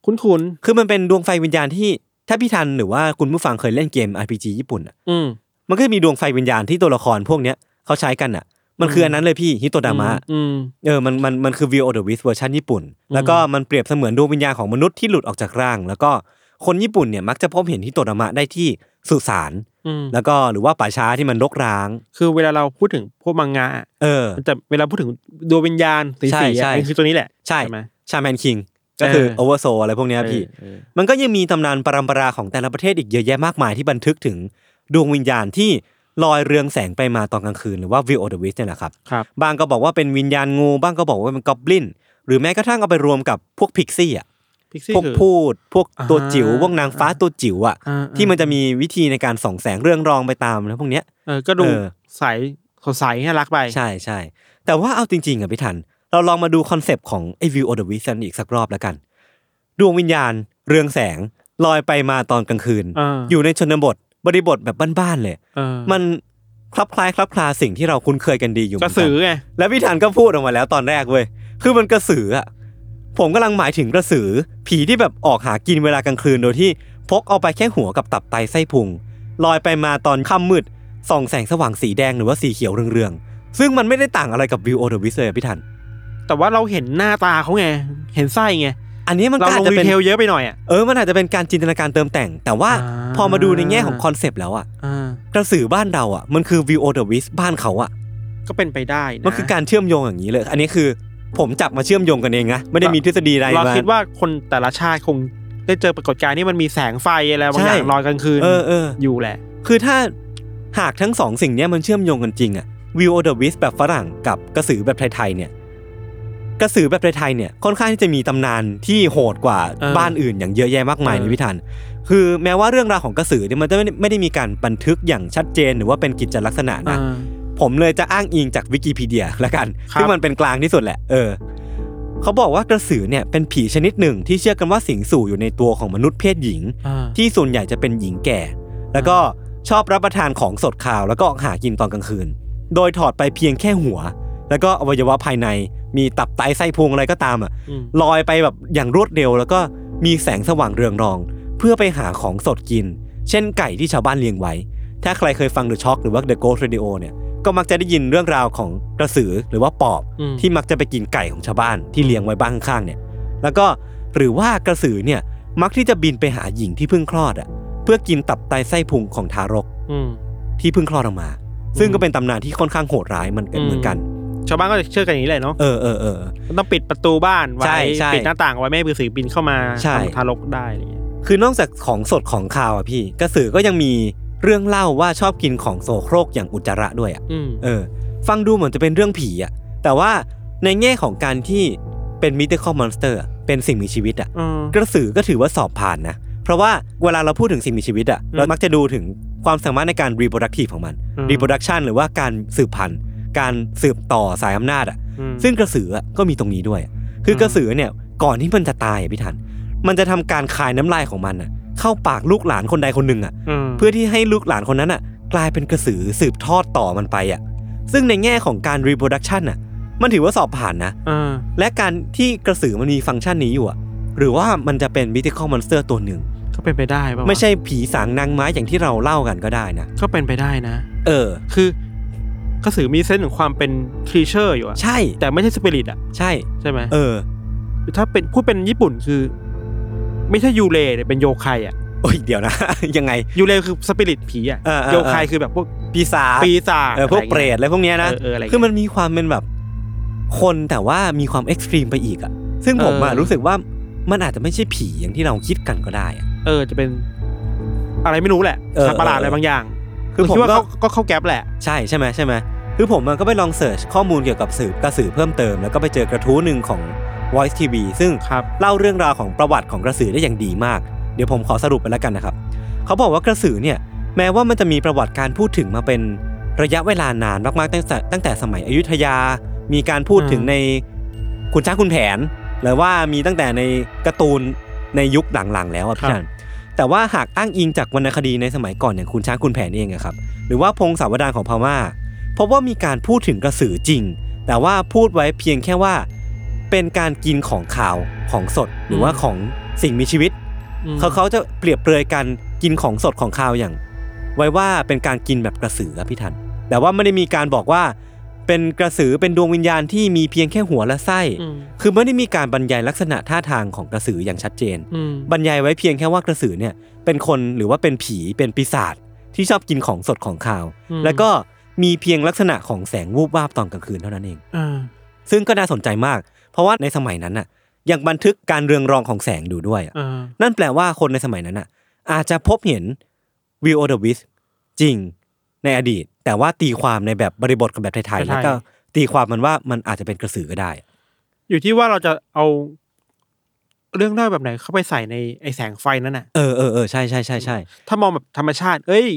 [SPEAKER 3] คุ้นคุ้น
[SPEAKER 2] คือมันเป็นดวงไฟวิญญาณที่ถ้าพี่ทันหรือว่าคุณผู้ฟังเคยเล่นเกม RPG ญี่ปุ่นอะ
[SPEAKER 3] ๆอืม
[SPEAKER 2] มันก็จะมีดวงไฟวิญญาณที่ตัวละครพวกเนี้ยเขาใช้กันอ่ะ มันคืออันนั้นเลยพี่ฮิโตดามะ
[SPEAKER 3] อืม
[SPEAKER 2] เออ มัน มัน มันคือ View of the Wiz เวอร์ชันญี่ปุ่น แล้วก็มันเปรียบเสมือนดวงวิญญาณของมนุษย์ที่หลุดออกจากร่าง แล้วก็คนญี่ปุ่นเนี่ยมักจะพบเห็นที่โตดามะได้ที่สุสาน
[SPEAKER 3] อืม
[SPEAKER 2] แล้วก็หรือว่าป่าช้าที่มันรกร้าง
[SPEAKER 3] คือเวลาเราพูดถึงพวกมังงะอะ
[SPEAKER 2] เออ
[SPEAKER 3] มันจะเวลาพูดถึงดวงวิญญาณสี
[SPEAKER 2] ใช่
[SPEAKER 3] สี
[SPEAKER 2] ใช่
[SPEAKER 3] อะมันคือตัวนี้แหละ
[SPEAKER 2] ใช่
[SPEAKER 3] ไหม
[SPEAKER 2] ชาแมนคิง ก็คือ
[SPEAKER 3] เอ
[SPEAKER 2] โอ
[SPEAKER 3] อ
[SPEAKER 2] เวอร์โซอะไรพวกเนี้ยพี่
[SPEAKER 3] เออเออ
[SPEAKER 2] มันก็ยังมีตำนานปรัมปราของแต่ละประเทศอีกเยอะแยะมากมายที่บันทึกถึงดวงวิญญาณที่ลอยเรืองแสงไปมาตอนกลางคืนหรือว่า View of the Wiz เนี่ยแหละครับ
[SPEAKER 3] ครับ
[SPEAKER 2] บางก็บอกว่าเป็นวิญญาณงูบ้างก็บอกว่าเป็นกอบลิน หรือแม้กระทั่งเอาไปรวมกับพวกพิกซี่อ่ะ
[SPEAKER 3] พิกซี่
[SPEAKER 2] พวก
[SPEAKER 3] คือ
[SPEAKER 2] พูดพวก
[SPEAKER 3] อ่า
[SPEAKER 2] ตัวจิ๋วพวกนางฟ้าตัวจิ๋วอ่ะ
[SPEAKER 3] อ่า
[SPEAKER 2] ที่มันจะมีวิธีในการส่องแสงเรื่องรองไปตามแล้วพวกเนี้ย
[SPEAKER 3] เออก็ดู
[SPEAKER 2] เออ
[SPEAKER 3] ใสสดใสน่ารักไป
[SPEAKER 2] ใช่ใช่แต่ว่าเอาจริงๆอ่ะพี่ทัน เราลองมาดูคอนเซปต์ของไอวิวโอเดวิสันอีกสักรอบแล้วกัน ดวงวิญญาณเรืองแสงลอยไปมาตอนกลางคืน
[SPEAKER 3] เออ
[SPEAKER 2] อยู่ในชนบทบริบทแบบบ้านๆเลย
[SPEAKER 3] เออ
[SPEAKER 2] มันคลับคล้ายคลับคลาสิ่งที่เราคุ้นเคยกันดีอยู่เห
[SPEAKER 3] ก
[SPEAKER 2] มื
[SPEAKER 3] ระ
[SPEAKER 2] นน
[SPEAKER 3] สือไง
[SPEAKER 2] แล้วพี่ธันก็พูดออกมาแล้วตอนแรกเว้ย คือมันกระสืออะผมกำลังหมายถึงกระสือ ผีที่แบบออกหากินเวลากลางคืนโดยที่พกเอาไปแค่หัวกับตับไตไส้พุง ลอยไปมาตอนค่ำมืด ส่องแสงสว่างสีแดงหรือว่าสีเขียวเรืองๆ ซึ่งมันไม่ได้ต่างอะไรกับวิวโอเดวิสเลยอะพี่ธัน
[SPEAKER 3] แต่ว่าเราเห็นหน้าตาเขาไง เห็นไส้ไง
[SPEAKER 2] อันนี้มัน
[SPEAKER 3] เรา
[SPEAKER 2] ก็อา
[SPEAKER 3] ล
[SPEAKER 2] จ
[SPEAKER 3] ง
[SPEAKER 2] จะ
[SPEAKER 3] ดี
[SPEAKER 2] เป็น
[SPEAKER 3] เทลเยอะไปหน่อยอ่ะ
[SPEAKER 2] เออ มันอาจจะเป็นการจินตนาการเติมแต่ง แต่ว่า
[SPEAKER 3] อ่า
[SPEAKER 2] พอมาดูในแง่ของคอนเซปต์แล้วอะ
[SPEAKER 3] อ่าก
[SPEAKER 2] ระสือบ้านเราอะมันคือวิวโอเดวิสบ้านเขาอะ
[SPEAKER 3] ก็เป็นไปได้นะ
[SPEAKER 2] มันคือการเชื่อมโยงอย่างนี้เลย อันนี้คือผมจับมาเชื่อมโยงกันเองนะไม่ได้มีทฤษฎีใด
[SPEAKER 3] เรา
[SPEAKER 2] มา
[SPEAKER 3] คิดว่าคนแต่ละชาติคงได้เจอปรากฏการณ์ที่มันมีแสงไฟอะไรบางอย่าง
[SPEAKER 2] ใช่
[SPEAKER 3] ลอยกลางคืน
[SPEAKER 2] เออเออ
[SPEAKER 3] อยู่แหละ
[SPEAKER 2] คือถ้าหากทั้งสองสิ่งเนี้ยมันเชื่อมโยงกันจริงอะวิวโอเดวิสแบบฝรั่งกับกระสือแบบไทยๆเนี่ย กระสือแบบไทยๆเนี่ยค่อนข้างที่จะมีตำนานที่โหดกว่าบ้านอื่นอย่างเยอะแยะมากมายเลยพี่ทัน คือแม้ว่าเรื่องราวของกระสือเนี่ยมันจะไม่ได้ไม่ได้มีการบันทึกอย่างชัดเจนหรือว่าเป็นกิจลักษณะนะ
[SPEAKER 3] เออ
[SPEAKER 2] ผมเลยจะอ้างอิงจากวิกิพีเดียละกัน
[SPEAKER 3] ครับ
[SPEAKER 2] ซึ่งมันเป็นกลางที่สุดแหละ เออ เขาบอกว่ากระสือเนี่ยเป็นผีชนิดหนึ่งที่เชื่อกันว่าสิงสู่อยู่ในตัวของมนุษย์เพศหญิง
[SPEAKER 3] อ่า
[SPEAKER 2] ที่ส่วนใหญ่จะเป็นหญิงแก่ แล้วก็ชอบรับประทานของสดข่าวแล้วก็หากินตอนกลางคืน โดยถอดไปเพียงแค่หัว แล้วก็อวัยวะภายใน มีตับไตไส้พุงอะไรก็ตามอ่ะ
[SPEAKER 3] อืม
[SPEAKER 2] ลอยไปแบบอย่างรวดเร็ว แล้วก็มีแสงสว่างเรืองรอง เพื่อไปหาของสดกิน เช่นไก่ที่ชาวบ้านเลี้ยงไว้ ถ้าใครเคยฟัง The Shock หรือว่า The Ghost Radio เนี่ยก็มักจะได้ยินเรื่องราวของกระสือหรือว่าปอบ
[SPEAKER 3] อืม
[SPEAKER 2] ที่มักจะไปกินไก่ของชาวบ้านที่เลี้ยงไว้บ้านข้างๆเนี่ย แล้วก็หรือว่ากระสือเนี่ยมักที่จะบินไปหาหญิงที่เพิ่งคลอดอ่ะเพื่อกินตับไตไส้พุงของทารก
[SPEAKER 3] อืม
[SPEAKER 2] ที่เพิ่งคลอดออกมา ซึ่งก็เป็นตำนานที่ค่อนข้างโหดร้ายมันกัน
[SPEAKER 3] อืม
[SPEAKER 2] เหมือนกัน
[SPEAKER 3] ชาวบ้านก็จะเชื่อกันอย่างนี้เลยเนาะ
[SPEAKER 2] เออเออเออ
[SPEAKER 3] มันต้องปิดประตูบ้าน
[SPEAKER 2] ใช่
[SPEAKER 3] ไว้
[SPEAKER 2] ใช่
[SPEAKER 3] ปิดหน้าต่างเอาไว้ไม่ให้ผีสิงบินเข้ามา
[SPEAKER 2] ใช่
[SPEAKER 3] ทำทารกได้อะไรเงี้ย
[SPEAKER 2] คือนอกจากของสดของคาวอ่ะพี่ กระสือก็ยังมีเรื่องเล่าว่าชอบกินของโสโครกอย่างอุจจาระด้วยอ่ะ
[SPEAKER 3] อืม
[SPEAKER 2] เออ ฟังดูเหมือนจะเป็นเรื่องผีอ่ะ แต่ว่าในแง่ของการที่เป็นมิเตอร์คอมมอนสเตอร์เป็นสิ่งมีชีวิตอ่ะ กระสือก็ถือว่าสอบผ่านนะ เพราะว่าเวลาเราพูดถึงสิ่งมีชีวิตอะ
[SPEAKER 3] อืม
[SPEAKER 2] เรามักจะดูถึงความสามารถในการรีโปรดักทีฟของมัน
[SPEAKER 3] อืม
[SPEAKER 2] รีโปรดักชันหรือว่าการสืบพันธุ์ การสืบต่อสายอำนาจอะซึ่งกระสืออะก็มีตรงนี้ด้วยอะคือกระสือเนี่ยก่อนที่มันจะตายอะพี่ทัน มันจะทำการคายน้ำลายของมันอะเข้าปากลูกหลานคนใดคนหนึ่งอะ
[SPEAKER 3] เพื่
[SPEAKER 2] เพื่
[SPEAKER 3] อ
[SPEAKER 2] อที่ให้ลูกหลานคนนั้นอะกลายเป็นกระสือสืบทอดต่อมันไปอะซึ่งในแง่ของการรีโปรดักชันอะมันถือว่าสอบผ่านนะ
[SPEAKER 3] ม
[SPEAKER 2] และการที่กระสือมันมีฟังก์ชันนี้อยู่อะหรือว่ามันจะเป็นมิติคอลมอนสเตอร์ตัวหนึ่ง
[SPEAKER 3] ก็เป็นไปได้ป่าวะ
[SPEAKER 2] ไม่ใช่ผีสางนางไม้อย่างที่เราเล่ากันก็ได้นะ
[SPEAKER 3] ก็เป็นไปได้นะ
[SPEAKER 2] เออ
[SPEAKER 3] คือกระสือมีเซนส์ของความเป็นครีเชอร์อยู่อะ
[SPEAKER 2] ใช่
[SPEAKER 3] แต่ไม่ใช่สปิริตอะ
[SPEAKER 2] ใช่
[SPEAKER 3] ใช่ไหม
[SPEAKER 2] เออ
[SPEAKER 3] ถ้าเป็นพูดเป็นญี่ปุ่นคือ ไม่ใช่ยูเลเนี่ยเป็นโยคายอะ
[SPEAKER 2] โอ้ย เดี๋ยวนะ ยังไง
[SPEAKER 3] ยูเลคือสปิริตผีอะ
[SPEAKER 2] เออเออ
[SPEAKER 3] โยคายคือแบบพวก
[SPEAKER 2] ปีศาจ
[SPEAKER 3] ปีศาจ
[SPEAKER 2] เออ พวกเปรต
[SPEAKER 3] อะ
[SPEAKER 2] อะไร ไรพวกเนี้ยนะ
[SPEAKER 3] เออเอออะไรเงี้ย
[SPEAKER 2] คือมันมีความเป็นแบบ คนแต่ว่ามีความเอ็กซ์ตรีมไปอีกอะซึ่งผมอะ
[SPEAKER 3] เออ
[SPEAKER 2] รู้สึกว่ามันอาจจะไม่ใช่ผีอย่างที่เราคิดกันก็ได้อะ
[SPEAKER 3] เออจะเป็น อะไรไม่รู้แหละ
[SPEAKER 2] เออ
[SPEAKER 3] สัตว์ประหลาด
[SPEAKER 2] เออ
[SPEAKER 3] อะไรบางอย่าง
[SPEAKER 2] คือผม
[SPEAKER 3] ดว่า
[SPEAKER 2] ก็
[SPEAKER 3] เขาก็เข้าแก๊ปแหละ
[SPEAKER 2] ใช่ใช่ไหมใช่ไหมคือผมมันก็ไปลองเสิร์ชข้อมูลเกี่ยวกับสืบกระสือเพิ่มเติม แล้วก็ไปเจอกระทู้หนึ่งของ Voice TV ซึ่ง
[SPEAKER 3] ครับ
[SPEAKER 2] เล่าเรื่องราวของประวัติของกระสือได้อย่างดีมาก เดี๋ยวผมขอสรุปไปแล้วกันนะครับ เขาบอกว่ากระสือเนี่ยแม้ว่ามันจะมีประวัติการพูดถึงมาเป็นระยะเวลานานมากๆตั้งแต่ตั้งแต่สมัยอยุธยา มีการพูดถึง
[SPEAKER 3] อืม
[SPEAKER 2] ในคุณช้างคุณแผน หรือว่ามีตั้งแต่ในการ์ตูนในยุคหลังๆ แล้วอะพี่ชันแต่ว่าหากอ้างอิงจากวรรณคดีในสมัยก่อนอย่างคุณช้างคุณแผนเองอะครับหรือว่าพงศาวดารของพม่า พบว่ามีการพูดถึงกระสือจริง แต่ว่าพูดไว้เพียงแค่ว่า เป็นการกินของขาวของสดหรือว่าของสิ่งมีชีวิต
[SPEAKER 3] อืม
[SPEAKER 2] เขาเขาจะเปรียบเปรยกันกินของสดของคาวอย่าง ไว้ว่าเป็นการกินแบบกระสือครับพี่ทัน แต่ว่าไม่ได้มีการบอกว่า เป็นกระสือเป็นดวงวิญญาณที่มีเพียงแค่หัวและไส้
[SPEAKER 3] อืม
[SPEAKER 2] คือไม่ได้มีการบรรยายลักษณะท่าทางของกระสืออย่างชัดเจน
[SPEAKER 3] อืม
[SPEAKER 2] บรรยายไว้เพียงแค่ว่ากระสือเนี่ยเป็นคนหรือว่าเป็นผีเป็นปีศาจที่ชอบกินของสดของคาว แล้วก็มีเพียงลักษณะของแสงวูบวาบตอนกลางคืนเท่านั้นเอง
[SPEAKER 3] อ่า
[SPEAKER 2] ซึ่งก็น่าสนใจมาก เพราะว่าในสมัยนั้นน่ะยังบันทึกการเรืองรองของแสงดูด้วยอะ
[SPEAKER 3] อ่า
[SPEAKER 2] นั่นแปลว่าคนในสมัยนั้นอ่ะ อาจจะพบเห็นวิโอเดวิสจริงในอดีต แต่ว่าตีความในแบบบริบทกับแบบไทยๆแล้วก็ตีความมันว่ามันอาจจะเป็นกระสือก็ได้
[SPEAKER 3] อยู่ที่ว่าเราจะเอาเรื่องเล่าแบบไหนเข้าไปใส่ในไอแสงไฟนั่นน่ะ
[SPEAKER 2] เออเออเออใช่ใช่ใช่ใช่
[SPEAKER 3] ถ้ามองแบบธรรมชาติ เอ้ย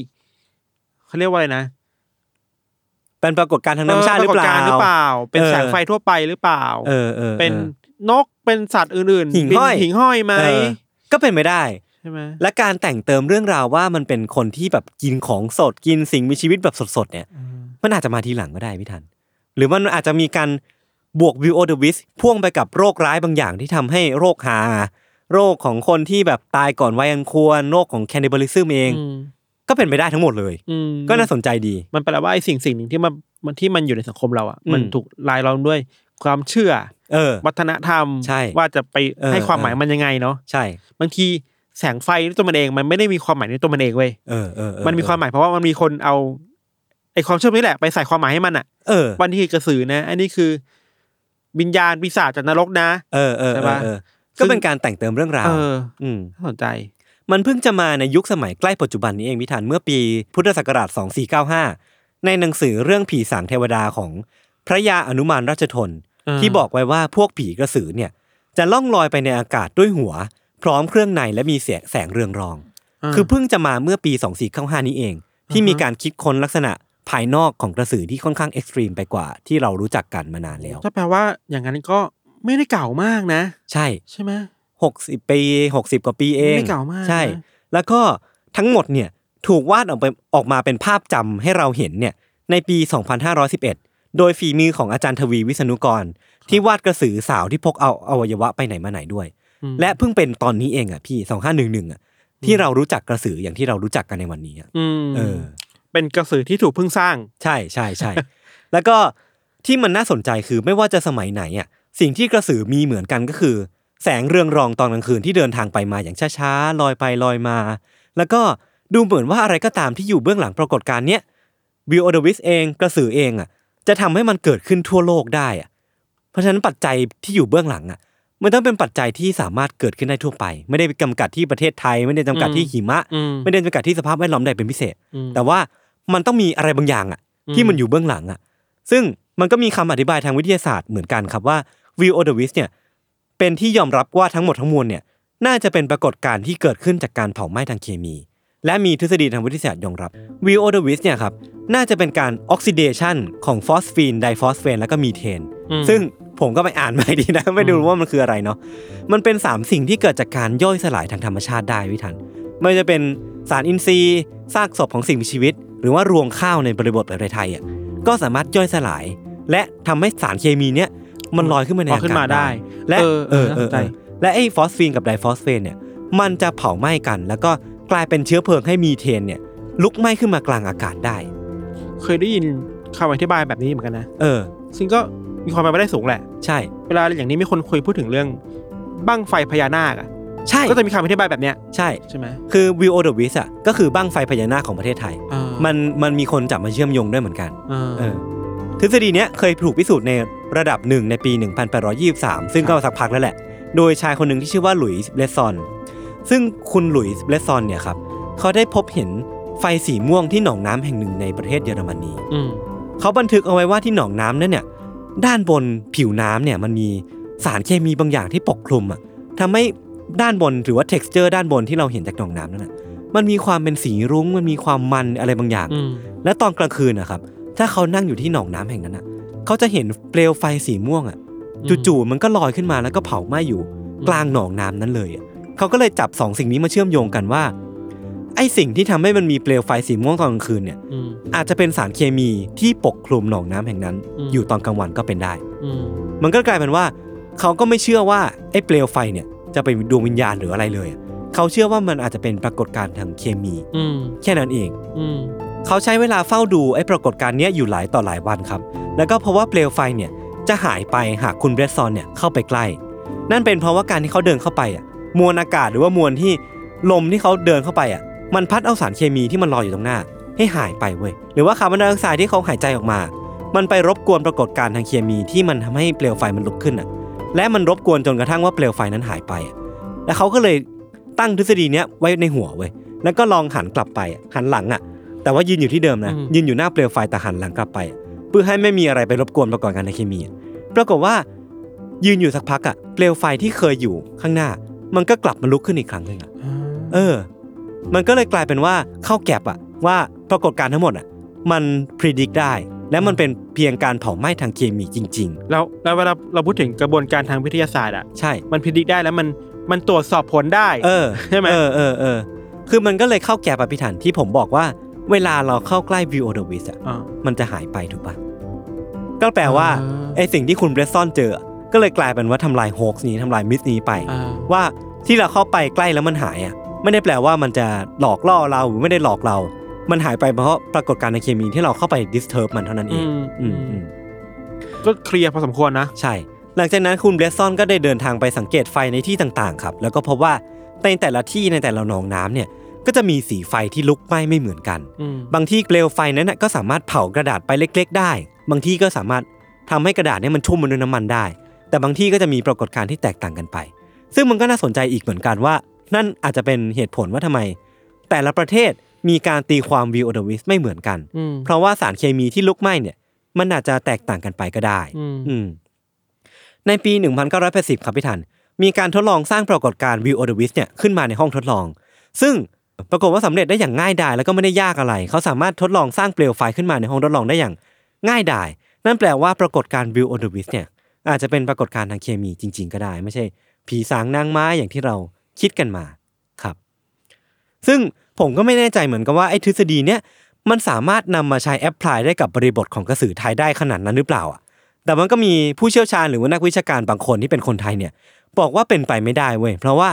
[SPEAKER 3] เขาเรียกว่าอะไรนะ
[SPEAKER 2] เป็นปรากฏการณ์ทางธรรมชาติหรือเปล่า
[SPEAKER 3] ปกฏกณ์หรือเปล่า เป็น
[SPEAKER 2] เออ
[SPEAKER 3] แสงไฟทั่วไปหรือเปล่า
[SPEAKER 2] เออเออออ
[SPEAKER 3] เป็นนกเป็นสัตว์อื่นๆ
[SPEAKER 2] หิ่งห้อย
[SPEAKER 3] เป็นหิ่งห้อยไหม
[SPEAKER 2] เออก็เป็นไม่ได้
[SPEAKER 3] ใช่ไหม
[SPEAKER 2] และการแต่งเติมเรื่องราวว่ามันเป็นคนที่แบบกินของสดกินสิ่งมีชีวิตแบบสดๆเนี่ย
[SPEAKER 3] อืม
[SPEAKER 2] มันอาจจะมาทีหลังก็ได้พี่ทัน หรือมันอาจจะมีการบวกวิวโอเดวิสพ่วงไปกับโรคร้ายบางอย่างที่ทำให้โรคหา โรคของคนที่แบบตายก่อนวัยอันควร โรคของแคนนิบอลิซึมเอง
[SPEAKER 3] อืม
[SPEAKER 2] ก็เป็นไปได้ทั้งหมดเลย
[SPEAKER 3] อืม
[SPEAKER 2] ก็น่าสนใจดี
[SPEAKER 3] มันแปลว่าไอ้สิ่งสิ่งหนึ่งที่มันมันที่มันอยู่ในสังคมเราอ่ะ
[SPEAKER 2] อืม
[SPEAKER 3] มันถูกลายล้อมด้วยความเชื่อ
[SPEAKER 2] เออ
[SPEAKER 3] วัฒนธรรม
[SPEAKER 2] ใช่
[SPEAKER 3] ว่าจะไป
[SPEAKER 2] เออ
[SPEAKER 3] ให้ความหมาย
[SPEAKER 2] เออ
[SPEAKER 3] มันยังไงเนาะ
[SPEAKER 2] ใช่
[SPEAKER 3] บางทีแสงไฟด้วยตัวมันเองมันไม่ได้มีความหมายในตัวมันเองเว้ย
[SPEAKER 2] เออเออเออ
[SPEAKER 3] มันมีความหมายเพราะว่ามันมีคนเอาไอ้ความเชื่อนี้แหละไปใส่ความหมายให้มันอ่ะ
[SPEAKER 2] เออ
[SPEAKER 3] วันที่คือกระสือนะอันนี้คือวิญญาณปีศาจจากนรกนะ
[SPEAKER 2] เออเออ
[SPEAKER 3] ใช่
[SPEAKER 2] เออ
[SPEAKER 3] ปะ
[SPEAKER 2] เออก็เป็นการแต่งเติมเรื่องราว
[SPEAKER 3] เออ
[SPEAKER 2] อืม
[SPEAKER 3] น่าสนใจ
[SPEAKER 2] มันเพิ่งจะมาในยุคสมัยใกล้ปัจจุบันนี้เองพี่ทันเมื่อปีพุทธศักราช 2495 ในหนังสือเรื่องผีสางเทวดาของพระยาอนุมานราชทน
[SPEAKER 3] เออ
[SPEAKER 2] ที่บอกไว้ว่าพวกผีกระสือเนี่ย จะล่องลอยไปในอากาศด้วยหัว พร้อมเครื่องในและมีแสงแสงเรืองรอง คือเพิ่งจะมาเมื่อปี 2495 นี้เอง ที่มีการคิดค้นลักษณะภายนอกของกระสือที่ค่อนข้างเอ็กซ์ตรีมไปกว่าที่เรารู้จักกันมานานแล้ว
[SPEAKER 3] ถ้าแปลว่าอย่างนั้นก็ไม่ได้เก่ามากนะ
[SPEAKER 2] ใช่
[SPEAKER 3] ใช่ไหม
[SPEAKER 2] 60 ปี 60 กว่าปีเอง
[SPEAKER 3] ไม่เก่ามากนะ
[SPEAKER 2] ใช่ แล้วก็ทั้งหมดเนี่ยถูกวาดออกไปออกมาเป็นภาพจำให้เราเห็นเนี่ยในปี 2511 โดยฝีมือของอาจารย์ทวีวิษณุกร ที่วาดกระสือสาวที่พกเอาอวัยวะไปไหนมาไหนด้วย
[SPEAKER 3] อืม
[SPEAKER 2] และเพิ่งเป็นตอนนี้เองอ่ะพี่ 2511อ่ะที่เรารู้จักกระสืออย่างที่เรารู้จักกันในวันนี้อะ
[SPEAKER 3] อืม
[SPEAKER 2] เออ
[SPEAKER 3] เป็นกระสือที่ถูกเพิ่งสร้าง
[SPEAKER 2] ใช่ใช่ใช่ แล้วก็ที่มันน่าสนใจคือไม่ว่าจะสมัยไหนอ่ะสิ่งที่กระสือมีเหมือนกันก็คือ แสงเรืองรองตอนกลางคืนที่เดินทางไปมาอย่างช้าๆลอยไปลอยมา แล้วก็ดูเหมือนว่าอะไรก็ตามที่อยู่เบื้องหลังปรากฏการณ์เนี้ยวิโอเดวิสเองกระสือเองอ่ะจะทำให้มันเกิดขึ้นทั่วโลกได้อ่ะเพราะฉะนั้นปัจจัยที่อยู่เบื้องหลังอ่ะมันต้องเป็นปัจจัยที่สามารถเกิดขึ้นได้ทั่วไป ไม่ได้กำกัดที่ประเทศไทย ไม่ได้จำกัดที่หิมะ
[SPEAKER 3] อืม
[SPEAKER 2] ไม่ได้จำกัดที่สภาพแวดล้อมใดเป็นพิเศษ
[SPEAKER 3] อืม
[SPEAKER 2] แต่ว่ามันต้องมีอะไรบางอย่างอ่ะ ที่มันอยู่เบื้องหลังอ่ะ ซึ่งมันก็มีคำอธิบายทางวิทยาศาสตร์เหมือนกันครับว่าวิวโอเดวิสเนี่ยเป็นที่ยอมรับว่าทั้งหมดทั้งมวลเนี่ยน่าจะเป็นปรากฏการณ์ที่เกิดขึ้นจากการเผาไหม้ทางเคมี และมีทฤษฎีทางวิทยาศาสตร์ยอมรับวิวโอเดวิสเนี่ยครับน่าจะเป็นการออกซิเดชันของฟอสฟีนไดฟอสเฟนแล้วก็มีเทน
[SPEAKER 3] อืม
[SPEAKER 2] ซึ่งผมก็ไปอ่านมาดีนะ ไม่ดูว่ามันคืออะไรเนาะมันเป็น 3 สิ่งที่เกิดจากการย่อยสลายทางธรรมชาติได้พี่ทันไม่ว่าจะเป็นสารอินทรีย์ซากศพของสิ่งมีชีวิต หรือว่ารวงข้าวในบริบทแบบไทยๆอ่ะก็สามารถย่อยสลาย และทำให้สารเคมีเนี้ยมันลอยขึ้นมาใน
[SPEAKER 3] ลอ
[SPEAKER 2] อาย
[SPEAKER 3] ขึ้น
[SPEAKER 2] กาศ
[SPEAKER 3] มาได้
[SPEAKER 2] และ
[SPEAKER 3] เออเออ
[SPEAKER 2] เออ
[SPEAKER 3] เข้าใจ
[SPEAKER 2] เออและไอ้ฟอสฟีนกับไดฟอสเฟนเนี่ยมันจะเผาไหม้กัน แล้วก็กลายเป็นเชื้อเพลิงให้มีเทนเนี่ยลุกไหม้ขึ้นมากลางอากาศได้
[SPEAKER 3] เคยได้ยินคำอธิบายแบบนี้เหมือนกันนะ
[SPEAKER 2] เออ
[SPEAKER 3] ซึ่งก็มีความเป็นไปได้สูงแหละ
[SPEAKER 2] ใช่
[SPEAKER 3] เวลาอย่างนี้มีคนคุยพูดถึงเรื่องบั้งไฟพญานาคอะ
[SPEAKER 2] ใช่
[SPEAKER 3] ก็จะมีคำอธิบายแบบเนี้ย
[SPEAKER 2] ใช่
[SPEAKER 3] ใช่ไหม
[SPEAKER 2] คือวิวโอเดวิสอ่ะก็คือบั้งไฟพญานาคของประเทศไทย
[SPEAKER 3] เออ
[SPEAKER 2] มันมันมีคนจับมาเชื่อมโยงด้วยเหมือนกัน
[SPEAKER 3] เออ
[SPEAKER 2] เออทฤษฎีเนี้ยเคยถูกพิสูจน์ในระดับหนึ่งในปี 1823 ซึ่งก็สักพักแล้วแหละ โดยชายคนหนึ่งที่ชื่อว่าหลุยส์เบลซอน ซึ่งคุณหลุยส์เบลซอนเนี่ยครับเขาได้พบเห็นไฟสีม่วงที่หนองน้ำแห่งหนึ่งในประเทศเยอรมนี
[SPEAKER 3] อืม
[SPEAKER 2] เขาบันทึกเอาไว้ว่าที่หนองน้ำนั้นเนี่ย ด้านบนผิวน้ำเนี่ยมันมีสารเคมีบางอย่างที่ปกคลุมอ่ะทำให้ด้านบนหรือว่า t e x t อร์ด้านบนที่เราเห็นจากหนองน้ำนั่นน่ะ มันมีความเป็นสีรุ้งมันมีความมันอะไรบางอย่าง
[SPEAKER 3] อืม
[SPEAKER 2] และตอนกลางคืนนะครับ ถ้าเขานั่งอยู่ที่หนองน้ำแห่งนั้นอ่ะ เขาจะเห็นเปลวไฟสีม่วงอ่ะ จู่ๆมันก็ลอยขึ้นมาแล้วก็เผาไหม้อยู่ กลางหนองน้ำนั้นเลยอะเขาก็เลยจับสองสิ่งนี้มาเชื่อมโยงกันว่า ไอ้สิ่งที่ทำให้มันมีเปลวไฟสีม่วงตอนกลางคืนเนี่ย
[SPEAKER 3] อืม
[SPEAKER 2] อาจจะเป็นสารเคมีที่ปกคลุมหนองน้ำแห่งนั้น
[SPEAKER 3] อืม
[SPEAKER 2] อยู่ตอนกลางวันก็เป็นได้
[SPEAKER 3] อืม
[SPEAKER 2] มันก็กลายเป็นว่า เขาก็ไม่เชื่อว่าไอ้เปลวไฟเนี่ยจะเป็นดวงวิญญาณหรืออะไรเลยอะเขาเชื่อว่ามันอาจจะเป็นปรากฏการณ์ทางเคมี
[SPEAKER 3] อืม
[SPEAKER 2] แค่นั้นเอง
[SPEAKER 3] อืม
[SPEAKER 2] เขาใช้เวลาเฝ้าดูไอ้ปรากฏการณ์เนี้ยอยู่หลายต่อหลายวันครับ แล้วก็เพราะว่าเปลวไฟเนี่ยจะหายไปหากคุณเบรดซอนเนี่ยเข้าไปใกล้ นั่นเป็นเพราะว่าการที่เขาเดินเข้าไปอ่ะ มวลอากาศหรือว่ามวลที่ลมที่เขาเดินเข้าไปอ่ะ มันพัดเอาสารเคมีที่มันลอยอยู่ตรงหน้า ให้หายไปเว้ย หรือว่าคาร์บอนไดออกไซด์ที่เขาหายใจออกมา มันไปรบกวนปรากฏการณ์ทางเคมีที่มันทำให้เปลวไฟมันลุกขึ้นอ่ะ และมันรบกวนจนกระทั่งว่าเปลวไฟนั้นหายไปอะแล้วเขาก็เลยตั้งทฤษฎีเนี้ยไว้ในหัวเว้ย แล้วก็ลองหันกลับไปอะหันหลังอ่ะ แต่ว่ายืนอยู่ที่เดิมนะ ยืนอยู่หน้าเปลวไฟแต่หันหลังกลับไปอะเพื่อให้ไม่มีอะไรไปรบกวนปรากฏการณ์ทางเคมีอะปรากฏว่า ยืนอยู่สักพักอ่ะ เปลวไฟที่เคยอยู่ข้างหน้า มันก็กลับมาลุกขึ้นอีกครั้งหนึ่งอะ เออ มันก็เลยกลายเป็นว่าเข้าแก็บอะว่าปรากฏการณ์ทั้งหมดอะมันพิจิตรได้ และมันเป็นเพียงการเผาไหม้ทางเคมีจริง
[SPEAKER 3] แล้วแล้วเวลาเราพูดถึงกระบวนการทางวิทยาศาสตร์อ่ะ
[SPEAKER 2] ๆ ใช่
[SPEAKER 3] มันพิจิตรได้แล้วมันมันตรวจสอบผลได้
[SPEAKER 2] เออ
[SPEAKER 3] ใช่ไหม
[SPEAKER 2] เออเออเออคือมันก็เลยเข้าแก็บอะพิถันที่ผมบอกว่า เวลาเราเข้าใกล้วิวโอเดวิสอะ
[SPEAKER 3] อ่า
[SPEAKER 2] มันจะหายไปถูกปะก็แปลว่า
[SPEAKER 3] อ่า
[SPEAKER 2] ไอสิ่งที่คุณเบรสซอนเจออะก็เลยกลายเป็นว่าทำลายโฮกส์นี้ทำลายมิสนี้ไป
[SPEAKER 3] อ่า
[SPEAKER 2] ว่าที่เราเข้าไปใกล้แล้วมันหายอ่ะไม่ได้แปลว่ามันจะหลอกล่อเราหรือไม่ได้หลอกเรา มันหายไปเพราะปรากฏการณ์ในเคมีที่เราเข้าไป disturb มันเท่านั้นเอ
[SPEAKER 3] อื
[SPEAKER 2] ง
[SPEAKER 3] ม
[SPEAKER 2] อื
[SPEAKER 3] อื
[SPEAKER 2] มอื
[SPEAKER 3] ม
[SPEAKER 2] ม
[SPEAKER 3] ก็เคลียร์พอสมควรนะ
[SPEAKER 2] ใช่ หลังจากนั้นคุณเบรสซอนก็ได้เดินทางไปสังเกตไฟในที่ต่างๆ ครับ แล้วก็พบว่าในแต่ละที่ในแต่ละหนองน้ำเนี่ยก็จะมีสีไฟที่ลุกไหม้ไม่เหมือนกัน
[SPEAKER 3] อืม
[SPEAKER 2] บางที่เปลวไฟนั้นน่ะก็สามารถเผากระดาษไปเล็ก ๆ ได้ บางที่ก็สามารถทำให้กระดาษเนี่ยมันชุ่มมันด้วยน้ำมันได้ แต่บางที่ก็จะมีปรากฏการณ์ที่แตกต่างกันไป ซึ่งมันก็น่าสนใจอีกเหมือนกันว่า นั่นอาจจะเป็นเหตุผลว่าทำไม แต่ละประเทศมีการตีความวิวอดวิสไม่เหมือนกัน
[SPEAKER 3] อืม
[SPEAKER 2] เพราะว่าสารเคมีที่ลุกไหม้เนี่ย มันอาจจะแตกต่างกันไปก็ได้
[SPEAKER 3] อืม
[SPEAKER 2] อืมในปี 1980 ครับพี่ทัน มีการทดลองสร้างปรากฏการณ์วิวโอเดวิสเนี่ยขึ้นมาในห้องทดลอง ซึ่งปรากฏว่าสำเร็จได้อย่างง่ายดายแล้วก็ไม่ได้ยากอะไร เขาสามารถทดลองสร้างเปลวไฟขึ้นมาในห้องทดลองได้อย่างง่ายดาย นั่นแปลว่าปรากฏการณ์วิวโอเดวิสเนี่ยอาจจะเป็นปรากฏการณ์ทางเคมีจริง ๆ ก็ได้ ไม่ใช่ ผีสางนางไม้อย่างที่เราคิดกันมาครับ ซึ่งผมก็ไม่แน่ใจเหมือนกันว่าไอ้ทฤษฎีเนี่ยมันสามารถนำมาใช้แอพพลายได้กับบริบทของกระสือไทยได้ขนาดนั้นหรือเปล่าอ่ะ แต่มันก็มีผู้เชี่ยวชาญหรือว่านักวิชาการบางคนที่เป็นคนไทยเนี่ย บอกว่าเป็นไปไม่ได้เว้ยเพราะว่า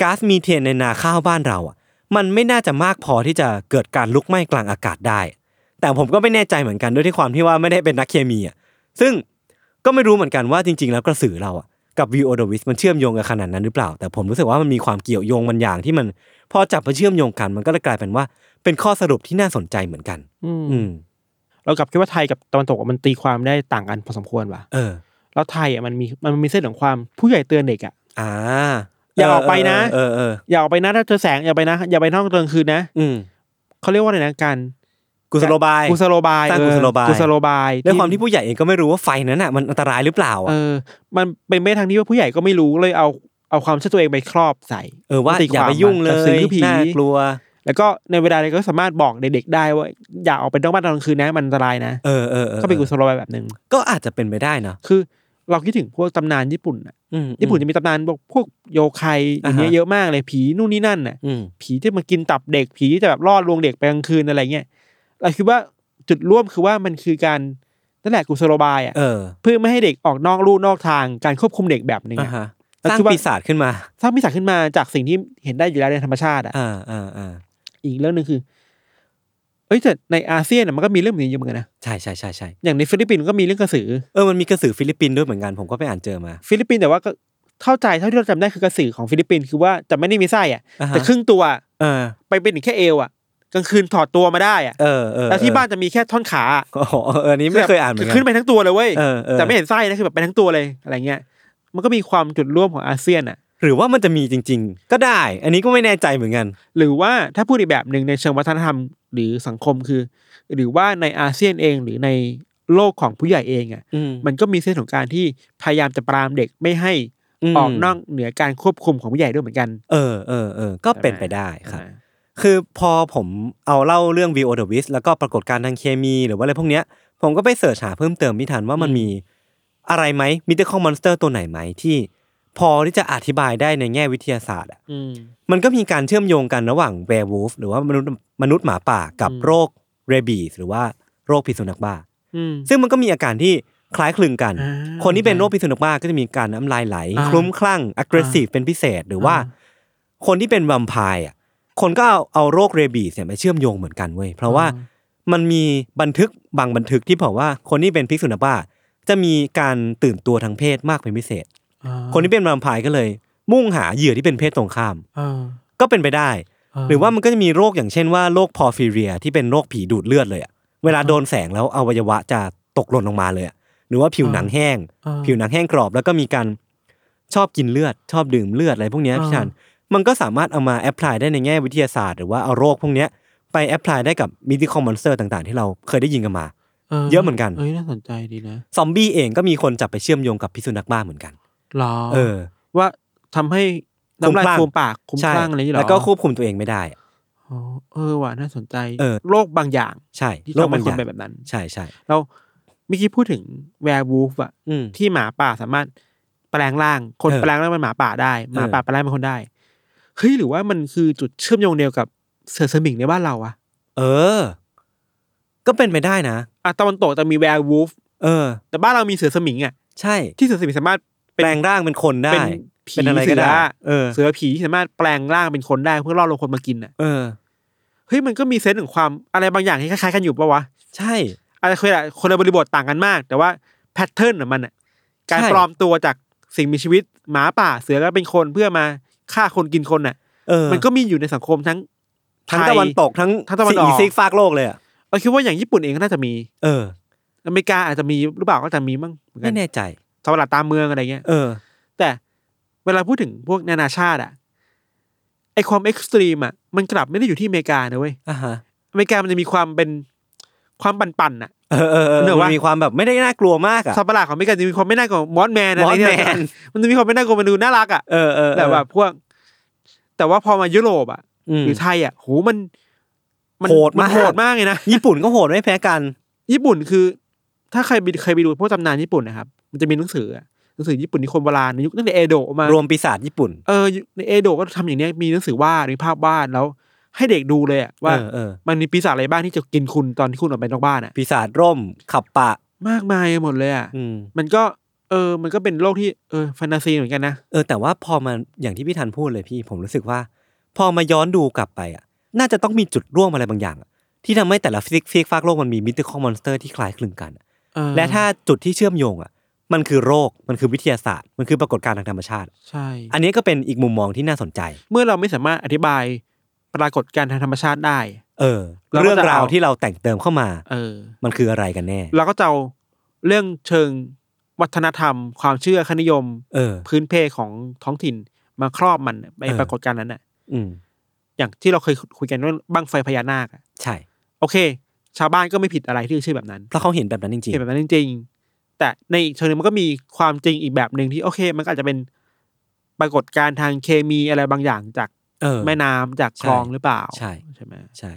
[SPEAKER 2] ก๊าซมีเทนในนาข้าวบ้านเราอ่ะ มันไม่น่าจะมากพอที่จะเกิดการลุกไหม้กลางอากาศได้ แต่ผมก็ไม่แน่ใจเหมือนกันด้วยที่ความที่ว่าไม่ได้เป็นนักเคมีอ่ะซึ่งก็ไม่รู้เหมือนกันว่าจริง ๆ แล้วกระสือเราอ่ะกับวิโอโดวิสมันเชื่อมโยงกันขนาดนั้นหรือเปล่า แต่ผมรู้สึกว่ามันมีความเกี่ยวโยงบางอย่างที่มันพอจับมาเชื่อมโยงกัน มันก็เลยกลายเป็นว่าเป็นข้อสรุปที่น่าสนใจเหมือนกัน
[SPEAKER 3] อืม
[SPEAKER 2] อืม
[SPEAKER 3] เรากลับคิดว่าไทยกับตะวันตกอะมันตีความได้ต่างกันพอสมควรว่ะ
[SPEAKER 2] เออ
[SPEAKER 3] แล้วไทยอ่ะมันมีมันมีเส้นของความผู้ใหญ่เตือนเด็กอ่ะ
[SPEAKER 2] อ่า
[SPEAKER 3] อย่าออกไปนะ
[SPEAKER 2] เออเออเออ
[SPEAKER 3] อย่าออกไปนะถ้าเจอแสงอย่าไปนะ อย่าไปนอกกลางคืนนะ
[SPEAKER 2] อืม
[SPEAKER 3] เขาเรียกว่าอะไรนะการ
[SPEAKER 2] กุศโลบาย
[SPEAKER 3] กุศโลบาย
[SPEAKER 2] สร้าง
[SPEAKER 3] เออ
[SPEAKER 2] กุศโลบาย
[SPEAKER 3] กุศโลบาย
[SPEAKER 2] ด้วยความที่ผู้ใหญ่เองก็ไม่รู้ว่าไฟนั้นอ่ะมันอันตรายหรือเปล่า
[SPEAKER 3] เอ
[SPEAKER 2] อ่ะ
[SPEAKER 3] อ มันเป็นไม่ทางที่ว่าผู้ใหญ่ก็ไม่รู้เลยเอาเอาความเชื่อตัวเองไปครอบใส่
[SPEAKER 2] เออว่า
[SPEAKER 3] ตี
[SPEAKER 2] อย่า
[SPEAKER 3] ควม
[SPEAKER 2] ไปยุ่งเล
[SPEAKER 3] กระ
[SPEAKER 2] ย
[SPEAKER 3] สือผี
[SPEAKER 2] น่ากลัว
[SPEAKER 3] แล้วก็ในเวลาเดียวก็สามารถบอกเด็กๆได้ว่าอย่าออกไปนอกบ้านตอนกลางคืนนะมันอันตรายนะ
[SPEAKER 2] เออเออเออ
[SPEAKER 3] ก็เป็นกุศโลบายแบบหนึ่ง
[SPEAKER 2] ก็อาจจะเป็นไปได้นะ
[SPEAKER 3] คือ เราคิดถึงพวกตำนานญี่ปุ่นอะ
[SPEAKER 2] อืม
[SPEAKER 3] ญี่ปุ่นจะมีตำนานพวกพวกโยไคอย่างเงี้ย
[SPEAKER 2] อ่าฮะ
[SPEAKER 3] เยอะมากเลยผีนู่นนี่นั่นน่ะ
[SPEAKER 2] อืม
[SPEAKER 3] ผีที่มากินตับเด็กผีที่จะแบบล่อลวงเด็กไปกลางคืนอะไรเงี้ยเราคิดว่าจุดร่วมคือว่ามันคือการนั่นแหละกุศโลบายอ่ะ
[SPEAKER 2] เออ
[SPEAKER 3] เพื่อไม่ให้เด็กออกนอกลู่นอกทางการควบคุมเด็กแบบหนึง
[SPEAKER 2] อ่า
[SPEAKER 3] อะ
[SPEAKER 2] ฮะ
[SPEAKER 3] แล้ว
[SPEAKER 2] สร้าง
[SPEAKER 3] คิดว่า
[SPEAKER 2] ปีศาจขึ้นมา
[SPEAKER 3] สร้างมิสัยขึ้นมาจากสิ่งที่เห็นได้อยู่แล้วในธรรมชาติอ่ะ
[SPEAKER 2] อ่าอ่าอ่า
[SPEAKER 3] อีกเรื่องหนึ่งคือเอ้ยแต่ในอาเซียนน่ะมันก็มีเรื่องแบบนี้เยอะเหมือนกันนะ
[SPEAKER 2] ใช่ใช่ใช่ใช่
[SPEAKER 3] อย่างในฟิลิปปินส์ก็มีเรื่องกระสือ
[SPEAKER 2] เออมันมีกระสือฟิลิปปินส์ด้วยเหมือนกันผมก็ไปอ่านเจอมา
[SPEAKER 3] ฟิลิปปินส์แต่ว่าก็เข้าใจเท่าที่เราจำได้คือกระสือของฟิลิปปินส์คือว่าจะไม่ได้มีไส้อ่ะ
[SPEAKER 2] อ่าฮะ
[SPEAKER 3] แต่ครึ่งตัว
[SPEAKER 2] เออ
[SPEAKER 3] ไปเป็นอีกแค่เอวอ่ะกลางคืนถอดตัวมาได้อ่ะ
[SPEAKER 2] เออเออ
[SPEAKER 3] แล้วที่บ้านจะมีแค่ท่อนขาอะ
[SPEAKER 2] โอ้โหเอออันนี้ไม่เคยอ่านเหมือน
[SPEAKER 3] คื
[SPEAKER 2] กั
[SPEAKER 3] ขึ้นไปทั้งตัวเลยเว้ย
[SPEAKER 2] เออเออ
[SPEAKER 3] แต่ไม่เห็นไส้นะคือแบบไปทั้งตัวเลยอะไรเงี้ยมันก็มีความจุดร่วมของอาเซียนอ่ะ
[SPEAKER 2] หรือว่ามันจะมีจริง ๆ ก็ได้ อันนี้ก็ไม่แน่ใจเหมือนกัน
[SPEAKER 3] หรือว่าถ้าพูดอีกแบบหนึ่งในเชิงวัฒนธรรมหรือสังคมคือ หรือว่าในอาเซียนเองหรือในโลกของผู้ใหญ่เองอ่ะ
[SPEAKER 2] อืม
[SPEAKER 3] มันก็มีเส้นของการที่พยายามจะปรามเด็กไม่ให้ออกนอกเหนือการควบคุมของผู้ใหญ่ด้วยเหมือนกัน
[SPEAKER 2] เออเออเออก็เป็นไปได้ครับ
[SPEAKER 3] อ่า
[SPEAKER 2] คือพอผมเอาเล่าเรื่อง View of the w i s แล้วก็ปรากฏการณ์ทางเคมี หรือว่าอะไรพวกเนี้ย ผมก็ไปเสิร์ชหาเพิ่มเติมพิทันว่ามันมีอะไรไหมมิเตอร์คอมมอนสเตอร์ตัวไหนไหมที่ พอที่จะอธิบายได้ในแง่วิทยาศาสตร์อะ
[SPEAKER 3] อืม
[SPEAKER 2] มันก็มีการเชื่อมโยงกันระหว่างแวร์วูฟหรือว่ามนุษย์มนุษย์หมาป่ากับ
[SPEAKER 3] อืม
[SPEAKER 2] โรคเรบีสหรือว่าโรคพิษสุนัขบ้า
[SPEAKER 3] อืม
[SPEAKER 2] ซึ่งมันก็มีอาการที่คล้ายคลึงกัน
[SPEAKER 3] อ่า
[SPEAKER 2] คนที่เป็นโรคพิษสุนัขบ้าก็จะมีการน้ำลายไหล
[SPEAKER 3] อ่า
[SPEAKER 2] คลุ้มคลั่ง aggressive เป็นพิเศษหรือว่า
[SPEAKER 3] อ่
[SPEAKER 2] คนที่เป็นวัมไพร์อ่ะคนก็เอาเอาโรคเรบีสเนี่ยมาเชื่อมโยงเหมือนกันเว้ยเพราะว่ามันมีบันทึกบางบันทึกที่บอกว่าคนที่เป็นพิษสุนัขบ้า จะมีการตื่นตัวทางเพศมากเป็นพิเศษ
[SPEAKER 3] อ่า
[SPEAKER 2] คนที่เป็นวัมไพร์ก็เลย มุ่งหาเหยื่อที่เป็นเพศตรงข้าม
[SPEAKER 3] อ่า
[SPEAKER 2] ก็เป็นไปได้ หรือว่ามันก็จะมีโรคอย่างเช่นว่าโรคพอร์ฟิเรียที่เป็นโรคผีดูดเลือดเลยอะเวลาโดนแสงแล้วอวัยวะจะตกหล่นลงมาเลยอะหรือว่าผิวหนังแห้ง
[SPEAKER 3] อ่า
[SPEAKER 2] ผิวหนังแห้งกรอบแล้วก็มีการชอบกินเลือด ชอบดื่มเลือดอะไรพวกเนี้ย
[SPEAKER 3] อ่า
[SPEAKER 2] พี่ชันมันก็สามารถเอามาแอพพลายได้ในแง่วิทยาศาสตร์ หรือว่าเอาโรคพวกเนี้ยไปแอพพลายได้กับมิติคอมมอนสเตอร์ต่างๆ ที่เราเคยได้ยินกันมา เยอะเหมือนกัน
[SPEAKER 3] เอ้ยน่าสนใจดีนะ
[SPEAKER 2] ซอมบี้เองก็มีคนจับไปเชื่อมโยงกับพิษสุนัขบ้าเหมือนกัน
[SPEAKER 3] หรอ
[SPEAKER 2] เออ
[SPEAKER 3] ว่าทำให้น้ำลาย
[SPEAKER 2] คุ้
[SPEAKER 3] ฟู
[SPEAKER 2] มค
[SPEAKER 3] ม
[SPEAKER 2] ลั่ง
[SPEAKER 3] ปากคุ้มคลั่งอะไรอย่างเงี้ยหรอ
[SPEAKER 2] แล้วก็ควบคุมตัวเองไม่ได้อะ
[SPEAKER 3] อ๋อเออว่ะน่าสนใจ
[SPEAKER 2] เออ
[SPEAKER 3] โรคบางอย่าง
[SPEAKER 2] ใช่
[SPEAKER 3] ที่
[SPEAKER 2] โรคบา
[SPEAKER 3] ทำให้
[SPEAKER 2] งอ
[SPEAKER 3] คน
[SPEAKER 2] ย่าง
[SPEAKER 3] เป็นแบบนั้น
[SPEAKER 2] ใช่ใช่
[SPEAKER 3] เราเมื่อกี้พูดถึงแวร์วูฟอะ
[SPEAKER 2] อืม
[SPEAKER 3] ที่หมาป่าสามารถแปลงร่าง คน
[SPEAKER 2] เออ
[SPEAKER 3] แปลงร่างเป็นหมาป่าได้หมา
[SPEAKER 2] เออ
[SPEAKER 3] ป่าแปลงร่างเป็นคนได้เฮ้ยหรือว่ามันคือจุดเชื่อมโยงเดียวกับเสือสมิงในบ้านเราอะ
[SPEAKER 2] เออ ก็เป็นไปได้นะ
[SPEAKER 3] อ่ะตะวันตกจะมีแวร์วูฟ
[SPEAKER 2] เออ
[SPEAKER 3] แต่บ้านเรามีเสือสมิงอะ
[SPEAKER 2] ใช่
[SPEAKER 3] ที่เสือสมิงสามารถ
[SPEAKER 2] แปลงร่างเป็นคนได้
[SPEAKER 3] เป็นผี
[SPEAKER 2] เป็นอะไรก็
[SPEAKER 3] เสือ
[SPEAKER 2] ได้เออ
[SPEAKER 3] เสือผีที่สามารถแปลงร่างเป็นคนได้เพื่อล่อลวงคนมากินอ่ะ
[SPEAKER 2] เออ
[SPEAKER 3] เฮ้ยมันก็มีเซนส์ของความอะไรบางอย่างที่คล้ายๆกันอยู่ปะวะ
[SPEAKER 2] ใช่
[SPEAKER 3] อะไรเคยอะคนละบริบทต่างกันมาก แต่ว่าแพทเทิร์นของมันอ่ะการ
[SPEAKER 2] ใช่
[SPEAKER 3] ปลอมตัวจากสิ่งมีชีวิตหมาป่าเสือก็เป็นคนเพื่อมาฆ่าคนกินคนอ่ะ
[SPEAKER 2] เออ
[SPEAKER 3] มันก็มีอยู่ในสังคมทั้ง
[SPEAKER 2] ทั้ง
[SPEAKER 3] ไย
[SPEAKER 2] ตะวันตกทั้ง
[SPEAKER 3] ทั้งตะวันออก
[SPEAKER 2] ซีกฟากโลกเลยอะ
[SPEAKER 3] เราคิดว่าอย่างญี่ปุ่นเองก็น่าจะมี
[SPEAKER 2] เออ
[SPEAKER 3] อเมริกาอาจจะมีหรือเปล่าก็จะมีมั้งเหมือนกั
[SPEAKER 2] ไม่
[SPEAKER 3] น
[SPEAKER 2] แน่ใจ
[SPEAKER 3] สำหรับตามเมืองอะไรเงี้ย
[SPEAKER 2] เออ
[SPEAKER 3] แต่เวลาพูดถึงพวกนานาชาติอะไอความเอ็กซ์ตรีมอะมันกลับไม่ได้อยู่ที่อเมริกานะเว้ย
[SPEAKER 2] อ่ะฮะ
[SPEAKER 3] อเมริกามันจะมีความเป็นความปั่นๆอะ
[SPEAKER 2] เออเออเออ
[SPEAKER 3] เหนือวะ
[SPEAKER 2] มันมีความแบบไม่ได้น่ากลัวมากอะ
[SPEAKER 3] สัตว์ประหลาดของอเมริกาจะมีความไม่น่ากลัวมอสแมนอะไร
[SPEAKER 2] Mothman
[SPEAKER 3] เงี้ยมันจะมีความไม่น่ากลัวมันดูน่ารักอะ
[SPEAKER 2] เออเออเออ
[SPEAKER 3] แต่แบบพวก แต่ว่าพอมายุโรปอะ
[SPEAKER 2] อืม
[SPEAKER 3] หรือไทยอะโหมัน
[SPEAKER 2] โหดมาก
[SPEAKER 3] นโหดมากเลยนะ
[SPEAKER 2] ญี่ปุ่นก็โหดไม่แพ้กัน
[SPEAKER 3] ญี่ปุ่นคือ ถ้าใครไปเคยไปดูพวกตำนานญี่ปุ่นนะครับ มันจะมีหนังสืออะหนังสือญี่ปุ่นที่คนโบราณในยุคตั้งแต่เอโดะมา
[SPEAKER 2] รวมปีศาจญี่ปุ่น
[SPEAKER 3] เออในเอโดะก็ทำอย่างเนี้ยมีหนังสือวาดมีภาพวาดแล้ว ให้เด็กดูเลยอะว่า
[SPEAKER 2] เออเออ
[SPEAKER 3] มันมีปีศาจอะไรบ้างที่จะกินคุณตอนที่คุณออกไปนอกบ้านอะ
[SPEAKER 2] ปีศาจร่ม ขับปะ
[SPEAKER 3] มากมายหมดเลยอะ
[SPEAKER 2] อืม
[SPEAKER 3] มันก็เออ มันก็เป็นโลกที่เออแฟนตาซีเหมือนกันนะ
[SPEAKER 2] เออแต่ว่าพอมาอย่างที่พี่ธันพูดเลยพี่ผมรู้สึกว่า พอมาย้อนดูกลับไปอ่ะ น่าจะต้องมีจุดร่วมอะไรบางอย่างอะที่ทำให้แต่ละฟิสิกส์ฟิกฟากโลกมันมีมิติคอมมอนสเตอร์ที่คล้ายคลึงกันอะ
[SPEAKER 3] เออ
[SPEAKER 2] และถ้าจุดที่เชื่อมโยงอ่ะ มันคือโรคมันคือวิทยาศาสตร์ มันคือปรากฏการณ์ทางธรรมชาติ
[SPEAKER 3] ใช่
[SPEAKER 2] อันนี้ก็เป็นอีกมุมมองที่น่าสนใจ
[SPEAKER 3] เมื่อเราไม่สามารถอธิบายปรากฏการณ์ทางธรรมชาติได้
[SPEAKER 2] เออ
[SPEAKER 3] เราก็จะเอา
[SPEAKER 2] เรื่องราวที่เราแต่งเติมเข้ามา
[SPEAKER 3] เออ
[SPEAKER 2] มันคืออะไรกันแน่
[SPEAKER 3] เราก็จะเอาเรื่องเชิงวัฒนธรรม ความเชื่อคนิยม
[SPEAKER 2] เออ
[SPEAKER 3] พื้นเพของท้องถิ่นมาครอบมันอะไป
[SPEAKER 2] เออ
[SPEAKER 3] ปรากฏการณ์นั้นอะ
[SPEAKER 2] อืม
[SPEAKER 3] อย่างที่เราเคยคุยกันเรื่องบั้งไฟพญานาคอะ
[SPEAKER 2] ใช่
[SPEAKER 3] โอเค ชาวบ้านก็ไม่ผิดอะไรที่ชื่อแบบนั้น
[SPEAKER 2] เพราะเขาเห็นแบบนั้นจริง
[SPEAKER 3] เห็นแบบนั้นจริงๆ แต่ในอีกเชิงหนึงมันก็มีความจริงอีกแบบหนึ่งที่โอเค มันก็อาจจะเป็นปรากฏการณ์ทางเคมีอะไรบางอย่างจาก
[SPEAKER 2] ๆเออ
[SPEAKER 3] แม่น้ำจากคลองหรือเปล่า
[SPEAKER 2] ใช่
[SPEAKER 3] ใช่ไหม
[SPEAKER 2] ใช่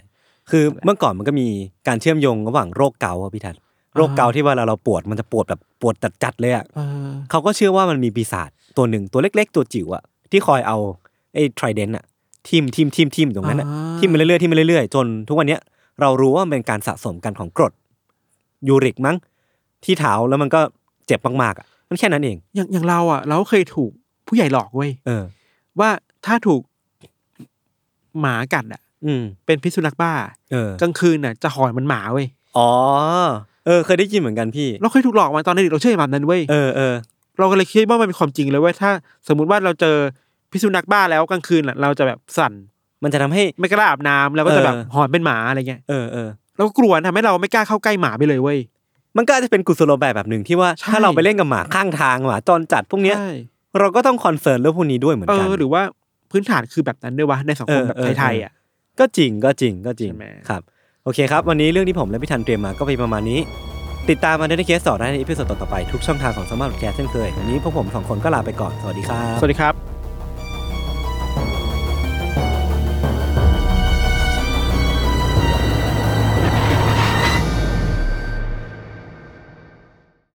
[SPEAKER 2] คือเมื่อก่อนมันก็มีการเชื่อมโยงระหว่างโรคเกาต์อะพี่ทันโรคเกาต์ที่เวลาเราปวดมันจะปวดแบบปวดจัดๆเลยอะ
[SPEAKER 3] เออ
[SPEAKER 2] เขาก็เชื่อว่ามันมีปีศาจตัวหนึ่งตัวเล็ก ๆ ตัวจิ๋วอะที่คอยเอาไอ้ทริเดนอะทิมทิมทิมทิมตรงนั้นอะ
[SPEAKER 3] อ่า
[SPEAKER 2] ทิมไปเรื่อยๆทิมไปเรื่อยๆ จนทุกวันเนี้ยเรารู้ว่ามันเป็นการสะสมกันของกรดยูริกมั้ง ที่เท้าแล้วมันก็เจ็บมากๆอะมันแค่นั้นเอง
[SPEAKER 3] อย่างอย่างเราอ่ะ เราก็เคยถูกผู้ใหญ่หลอกเว้ย
[SPEAKER 2] เออ
[SPEAKER 3] ว่าถ้าถูกหมากัดอ่ะ
[SPEAKER 2] อืม
[SPEAKER 3] เป็นพิษสุนัขบ้า
[SPEAKER 2] เออก
[SPEAKER 3] ลางคืนน่ะ จะหอนเหมันหมาเว้ย
[SPEAKER 2] อ๋อเออ เคยได้ยินเหมือนกันพี่
[SPEAKER 3] เราเคยถูกหลอกมาตอนเด็กเราเชื่อแบบนั้นเว้ย
[SPEAKER 2] เออเออ
[SPEAKER 3] เราก็เลยคิดว่ามันเป็นความจริงเลยเว้ยถ้า สมมุติว่าเราเจอพิษสุนัขบ้าแล้วกลางคืนน่ะเราจะแบบสั่น
[SPEAKER 2] มันจะทำให้
[SPEAKER 3] ไม่กล้าอาบน้ำแล้วก็จะแบบ
[SPEAKER 2] เออ
[SPEAKER 3] หอนเป็นหมาอะไรเงี้ย
[SPEAKER 2] เออเออ
[SPEAKER 3] เราก็กลัวทำให้เราไม่กล้าเข้าใกล้หมาไปเลยเว้ย
[SPEAKER 2] มันก็อาจจะเป็นกุศโลบายแบบหนึ่งที่ว่า
[SPEAKER 3] ใช่
[SPEAKER 2] ถ้าเราไปเล่นกับหมาข้างทางหมาจรจัดพวกเนี้ย
[SPEAKER 3] ใช่
[SPEAKER 2] เราก็ต้องคอนเซิร์นเรื่องพวกนี้ด้วยเหมือน
[SPEAKER 3] เอ
[SPEAKER 2] กัน
[SPEAKER 3] อหรือว่าพื้นฐานคือแบบนั้นด้วยวะในสังคม
[SPEAKER 2] เออ
[SPEAKER 3] แบบ
[SPEAKER 2] เออ
[SPEAKER 3] ไทยๆอ่ะ
[SPEAKER 2] ก็จริงก็จริงก็จริง
[SPEAKER 3] ใช่ไหม
[SPEAKER 2] ครับโอเคครับ วันนี้เรื่องที่ผมและพี่ธันเตรียมมาก็เป็นประมาณนี้ ติดตามมาในเคสต่อได้ในอีพิโซดต่อๆไปทุกช่องทางของสมาร์ทแคสเช่นเคยวันนี้พวกผมสองคนก็ลาไปก่อนสวัสดีครับ
[SPEAKER 3] สวัสดีครับ